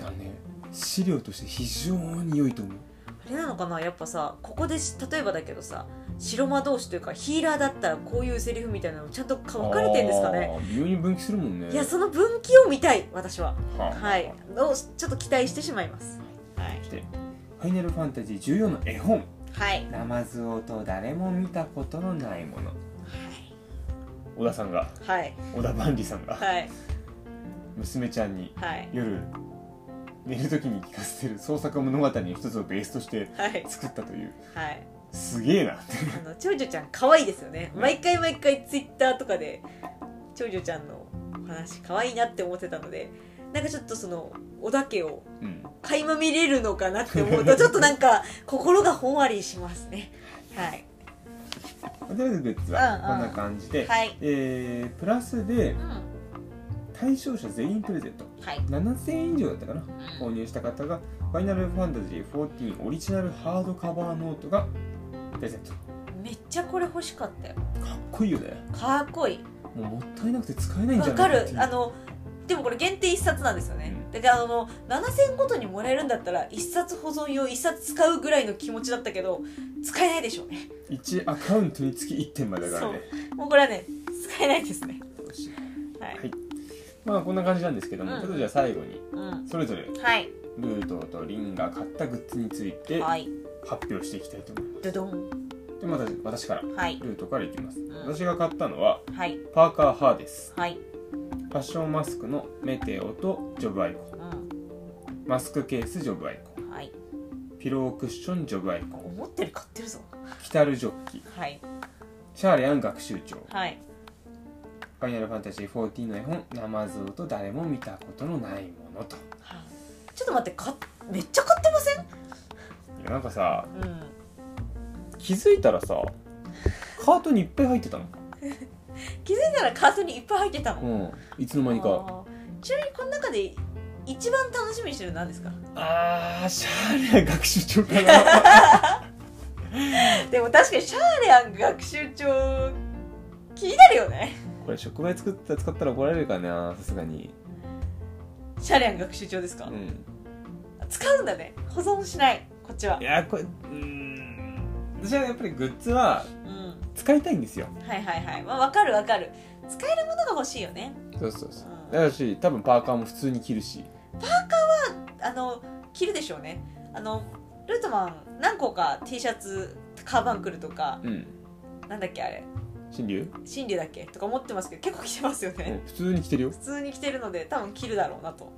Speaker 1: あのね資料として非常に良いと思う
Speaker 2: れなのかなやっぱさここでし例えばだけどさ白魔同士というかヒーラーだったらこういうセリフみたいなのちゃんとか分かれてんですかね
Speaker 1: あー微妙に分岐するもんね
Speaker 2: いやその分岐を見たい私は
Speaker 1: はあ
Speaker 2: はいのちょっと期待してしまいますはい
Speaker 1: そしてファイナルファンタジー14の絵本
Speaker 2: はい
Speaker 1: ナマズオと誰も見たことのないもの小田さんが
Speaker 2: はい
Speaker 1: 小田万里さんが
Speaker 2: はい
Speaker 1: 娘ちゃんに
Speaker 2: はい
Speaker 1: 夜寝る時に聞かせてる創作物語の一つをベースとして
Speaker 2: はい
Speaker 1: 作ったという
Speaker 2: はい
Speaker 1: すげえなって
Speaker 2: あの長女ちゃん可愛いですよね毎回毎回ツイッターとかで長女ちゃんのお話可愛いなって思ってたのでなんかちょっとその小田家を
Speaker 1: うん
Speaker 2: 垣間見れるのかなって思う とちょっとなんか心がほんわりしますねはい
Speaker 1: とりあえずグッズ
Speaker 2: う
Speaker 1: は
Speaker 2: んうん
Speaker 1: こんな感じで、
Speaker 2: はい
Speaker 1: えープラスで
Speaker 2: うん
Speaker 1: 対象者全員プレゼント
Speaker 2: はい
Speaker 1: 7000円以上だったかな
Speaker 2: う
Speaker 1: 購入した方が「ファイナルファンタジー14オリジナルハードカバーノート」がプレゼントか
Speaker 2: んめっちゃこれ欲しかったよ
Speaker 1: っこいいよね
Speaker 2: かっこいい
Speaker 1: もうもったいなくて使えないんじ
Speaker 2: わ
Speaker 1: ゃない
Speaker 2: か
Speaker 1: っ
Speaker 2: る
Speaker 1: ていう
Speaker 2: あのでもこれ限定1冊なんですよね、
Speaker 1: うん
Speaker 2: だからあの7000ごとにもらえるんだったら1冊保存用1冊使うぐらいの気持ちだったけど使えないでしょうね
Speaker 1: 1アカウントにつき1点までだからね
Speaker 2: もうこれはね使えないですね
Speaker 1: よし
Speaker 2: はい、
Speaker 1: はいまあこんな感じなんですけども、
Speaker 2: うん
Speaker 1: ちょっとじゃあ最後に
Speaker 2: うん
Speaker 1: それぞれ
Speaker 2: はい
Speaker 1: ルートとリンが買ったグッズについて
Speaker 2: はい
Speaker 1: 発表していきたいと思いま
Speaker 2: ドドン
Speaker 1: すでまた私から
Speaker 2: はい
Speaker 1: ルートからいきます、
Speaker 2: ん
Speaker 1: 私が買ったのは
Speaker 2: はい
Speaker 1: パーカー・ハーです
Speaker 2: はい
Speaker 1: ファッションマスクのメテオとジョブアイコン
Speaker 2: う
Speaker 1: マスクケースジョブアイコン
Speaker 2: んはい
Speaker 1: ピロークッションジョブアイコン
Speaker 2: 思ってる買ってるぞ
Speaker 1: キタルジョッキ
Speaker 2: はい
Speaker 1: シャーレアン学習長
Speaker 2: はい
Speaker 1: ファイナルファンタジー14の絵本「ナマズオと誰も見たことのないもの」と
Speaker 2: はあちょっと待ってかめっちゃ買ってません
Speaker 1: いやなんかさ
Speaker 2: うん
Speaker 1: 気づいたらさカートにいっぱい入ってたの
Speaker 2: 気づいたらカートにいっぱい入ってたの
Speaker 1: うんいつの間にか
Speaker 2: あーちなみにこの中で一番楽しみにしてるのは何ですか
Speaker 1: あーシャーレアン学習長かな
Speaker 2: でも確かにシャーレアン学習帳気になるよね
Speaker 1: これ触媒作った使ったら怒られるかなさすがに
Speaker 2: シャーレアン学習帳ですか、
Speaker 1: うん、
Speaker 2: 使うんだね保存しないこっちはい
Speaker 1: やこれうん私はやっぱりグッズは
Speaker 2: うん、
Speaker 1: 使いたいんですよ
Speaker 2: はいはいはいまあわかるわかる使えるものが欲しいよね
Speaker 1: そうそうそう
Speaker 2: うん
Speaker 1: だし多分パーカーも普通に着るし
Speaker 2: あの着るでしょうねあのルートマン何個か T シャツカーバンクルとか
Speaker 1: うん
Speaker 2: なんだっけあれ
Speaker 1: 新竜、
Speaker 2: 真理だっけとか思ってますけど結構着てますよ
Speaker 1: うん
Speaker 2: ね、
Speaker 1: 普通に着てるよ
Speaker 2: 普通に着てるので多分着るだろうなと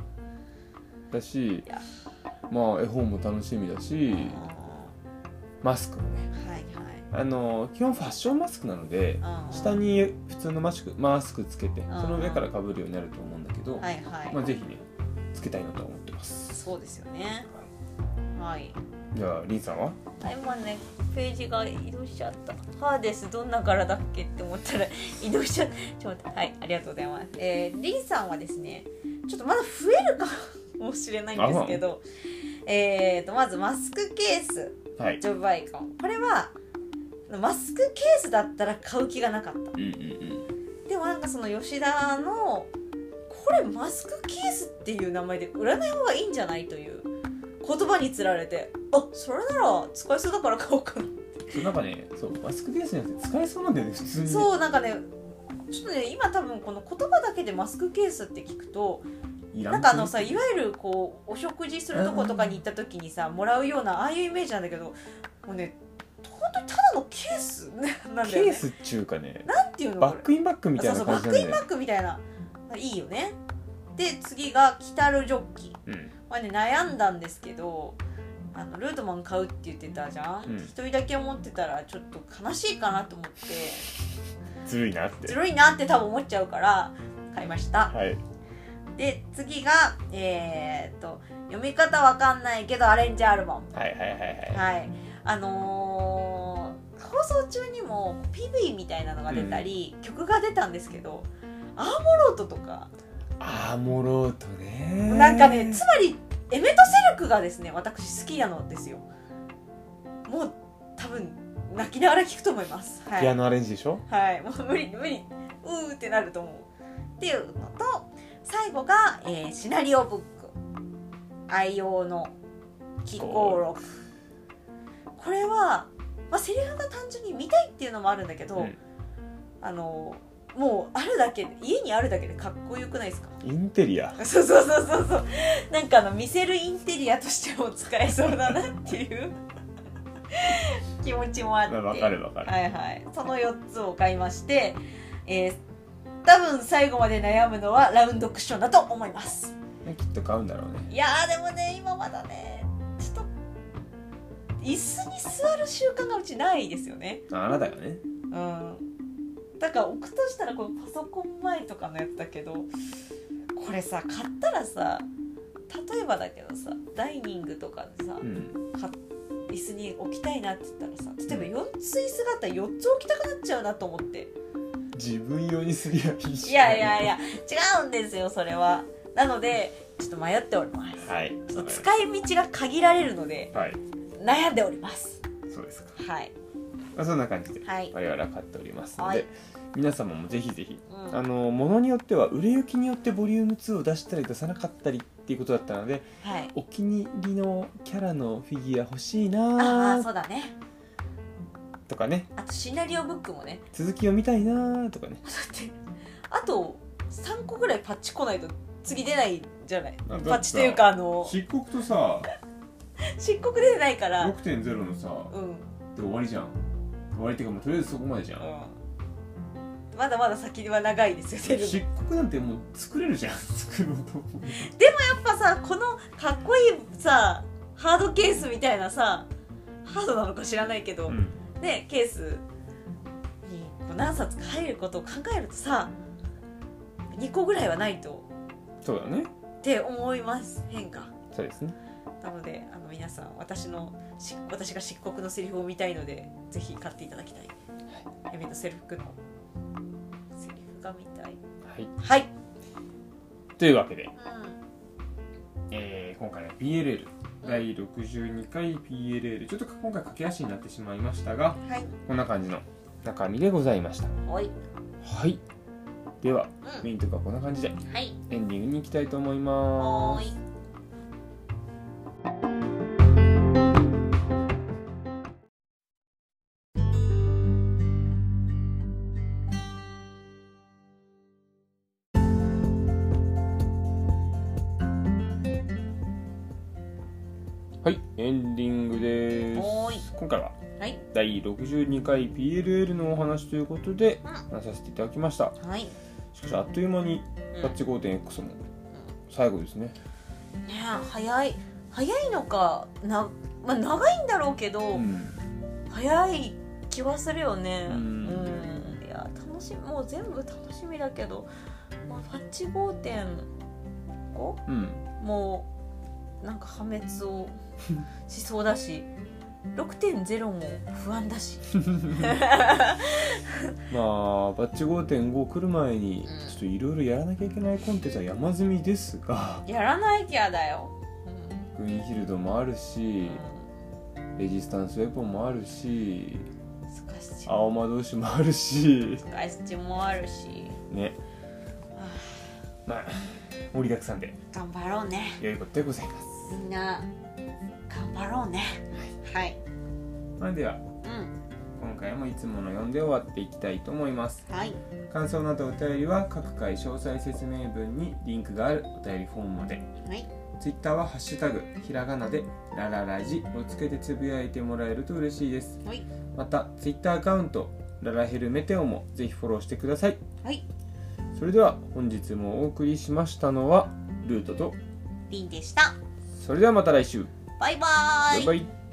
Speaker 1: だし
Speaker 2: や
Speaker 1: まあ絵本も楽しみだし
Speaker 2: うん
Speaker 1: マスクもね
Speaker 2: はい
Speaker 1: あの基本ファッションマスクなので
Speaker 2: はいうん
Speaker 1: 下に普通のマスクマスクつけて
Speaker 2: ん
Speaker 1: その上から被るようになると思うんだけど、
Speaker 2: はいはい、
Speaker 1: まあ、ぜひねつけたいなとは思ってます
Speaker 2: そうですよねはい
Speaker 1: じゃあリンさんは
Speaker 2: あ今ねページが移動しちゃった「ハーデスどんな柄だっけ?」って思ったら移動しちゃったちょっと待ってはいありがとうございますえー、リンさんはですねちょっとまだ増えるかもしれないんですけどえーとまずマスクケース
Speaker 1: はい
Speaker 2: ジョブバイコンこれはマスクケースだったら買う気がなかった
Speaker 1: うんうんうん
Speaker 2: でもなんかその吉田のこれマスクケースっていう名前で売らない方がいいんじゃないという言葉につられてあそれなら使いそうだから買おうかな
Speaker 1: そうなんかねそうマスクケースじゃなくて使えそうなんだよね普通に
Speaker 2: そうなんかねちょっとね今多分この言葉だけでマスクケースって聞くと
Speaker 1: いら
Speaker 2: なんかあのさいわゆるこうお食事するとことかに行った時にさもらうようなああいうイメージなんだけどもうね本当にただのケース なんだよ
Speaker 1: ケー
Speaker 2: ね
Speaker 1: スっちゅうかね
Speaker 2: なんていうの
Speaker 1: バ
Speaker 2: こ
Speaker 1: ッ
Speaker 2: れ
Speaker 1: クインバックみたいな感じなんだよね
Speaker 2: バックみたいなあいいよねで次が「キタルジョッキ」
Speaker 1: うん
Speaker 2: まあね、悩んだんですけどあのルードマン買うって言ってたじゃん
Speaker 1: うん
Speaker 2: 一、人だけ持ってたらちょっと悲しいかなと思って
Speaker 1: ずるいなって
Speaker 2: ずるいなって多分思っちゃうから買いました
Speaker 1: はい
Speaker 2: で次がえー、っと読み方わかんないけどアレンジアルバム
Speaker 1: はいはいはいは
Speaker 2: はいあのー放送中にも PV みたいなのが出たり、曲が出たんですけどアーモロートとか
Speaker 1: いアーモロートね
Speaker 2: なんかねつまりエメトセルクがですね私好きなのですよもう多分泣きながら聴くと思いますは
Speaker 1: ピア
Speaker 2: い、
Speaker 1: ノアレンジでしょ
Speaker 2: はい、もう無理無理うーってなると思うっていうのと最後が、えーシナリオブック愛用の気候録これは、まあ、セリフが単純に見たいっていうのもあるんだけど、
Speaker 1: うん
Speaker 2: あのもうあるだけ家にあるだけでかっこよくないですか
Speaker 1: インテリア
Speaker 2: そうそうそうそうそうなんかあの見せるインテリアとしても使えそうだなっていう 気持ちもあって
Speaker 1: まあわかるわかる
Speaker 2: はいはいその4つを買いましてえー多分最後まで悩むのはラウンドクッションだと思います
Speaker 1: ねきっと買うんだろうね
Speaker 2: いやーでもね今まだねちょっと椅子に座る習慣がうちないですよね
Speaker 1: ああなたがね
Speaker 2: うんだから置くとしたらこのパソコン前とかのやつだけどこれさ買ったらさ例えばだけどさダイニングとかでさ
Speaker 1: うん
Speaker 2: 椅子に置きたいなって言ったらさ例えば4つ椅子があったら4つ置きたくなっちゃうなと思って
Speaker 1: 自分用にすりゃいいし
Speaker 2: いやいやいや違うんですよそれはなのでちょっと迷っております
Speaker 1: はい
Speaker 2: ちょっと使い道が限られるので
Speaker 1: はい
Speaker 2: 悩んでおります
Speaker 1: そうですか
Speaker 2: はい
Speaker 1: まあそんな感じで
Speaker 2: はい
Speaker 1: 我々は買っておりますの
Speaker 2: は
Speaker 1: で、
Speaker 2: い
Speaker 1: 皆様もぜひぜひ
Speaker 2: うん
Speaker 1: あの物によっては売れ行きによってボリューム2を出したり出さなかったりっていうことだったので
Speaker 2: はい
Speaker 1: お気に入りのキャラのフィギュア欲しい
Speaker 2: ああ
Speaker 1: なー
Speaker 2: そうだね
Speaker 1: とかね
Speaker 2: あとシナリオブックもね
Speaker 1: 続きを見たいなーとかね
Speaker 2: だってあと3個ぐらいパッチ来ないと次出ないじゃない
Speaker 1: あだって
Speaker 2: パッチというかあの
Speaker 1: 漆黒とさ
Speaker 2: 漆黒出てないからうん
Speaker 1: 6.0のさで終わりじゃん終わりっていうかもうとりあえずそこまでじゃん
Speaker 2: うんまだまだ先は長いですよ出る
Speaker 1: 漆黒なんてもう作れるじゃん 作ろうと思う
Speaker 2: やっぱさこのかっこいいさハードケースみたいなさハードなのか知らないけど、
Speaker 1: うん
Speaker 2: ねケースにこう何冊か入ることを考えるとさ2個ぐらいはないと
Speaker 1: そうだね
Speaker 2: って思います変化
Speaker 1: そうですね
Speaker 2: なのであの皆さん私のし私が漆黒のセリフを見たいのでぜひ買っていただきたいエメのセルフのセリフが見たい
Speaker 1: はい
Speaker 2: はい、
Speaker 1: というわけで
Speaker 2: う
Speaker 1: えー今回は PLL 第62回 PLL ちょっと今回駆け足になってしまいましたが
Speaker 2: ん、はい
Speaker 1: こんな感じの中身でございました
Speaker 2: おい
Speaker 1: はいでは
Speaker 2: う
Speaker 1: メインとかこんな感じで
Speaker 2: んはい
Speaker 1: エンディングに行きたいと思いま
Speaker 2: お
Speaker 1: す
Speaker 2: い
Speaker 1: はいエンディングです
Speaker 2: おーい
Speaker 1: 今回は
Speaker 2: はい
Speaker 1: 第62回 PLL のお話ということで
Speaker 2: うん
Speaker 1: 話させていただきました
Speaker 2: はい、
Speaker 1: しかしあっという間に
Speaker 2: うん
Speaker 1: バッチ 5.X も最後ですね
Speaker 2: ねえ早い早いのかな、まあ、長いんだろうけど、
Speaker 1: うん
Speaker 2: 早い気はするよね
Speaker 1: うん
Speaker 2: うんいや楽しみもう全部楽しみだけど、まあ、パッチ5.5
Speaker 1: うん
Speaker 2: もうなんか破滅をしそう だし6.0も不安だし
Speaker 1: まあバッチ5.5来る前に
Speaker 2: うん
Speaker 1: ちょっといろいろやらなきゃいけないコンテンツは山積みですが
Speaker 2: やらないきゃだよ、
Speaker 1: グリーンヒルドもある
Speaker 2: うん
Speaker 1: しレジスタンスウェポンもあるし
Speaker 2: スカッチ
Speaker 1: 青魔同士もあるし
Speaker 2: スカッチもあるし
Speaker 1: ね
Speaker 2: あ
Speaker 1: まあ盛りだくさんで
Speaker 2: ー頑張ろうね
Speaker 1: 良いことでございます
Speaker 2: みんな頑張ろうねはい、
Speaker 1: まあでは
Speaker 2: うん
Speaker 1: 今回もいつもの読んで終わっていきたいと思います
Speaker 2: はい
Speaker 1: 感想などお便りは各回詳細説明文にリンクがあるお便りフォームまで
Speaker 2: はい
Speaker 1: ツイッターはハッシュタグひらがなでラララジをつけてつぶやいてもらえると嬉しいです
Speaker 2: はい
Speaker 1: またツイッターアカウントララヘルメテオもぜひフォローしてください
Speaker 2: はい
Speaker 1: それでは本日もお送りしましたのはルートと
Speaker 2: リンでした
Speaker 1: それではまた来週
Speaker 2: バイバイ
Speaker 3: バイバイ
Speaker 2: バイバイ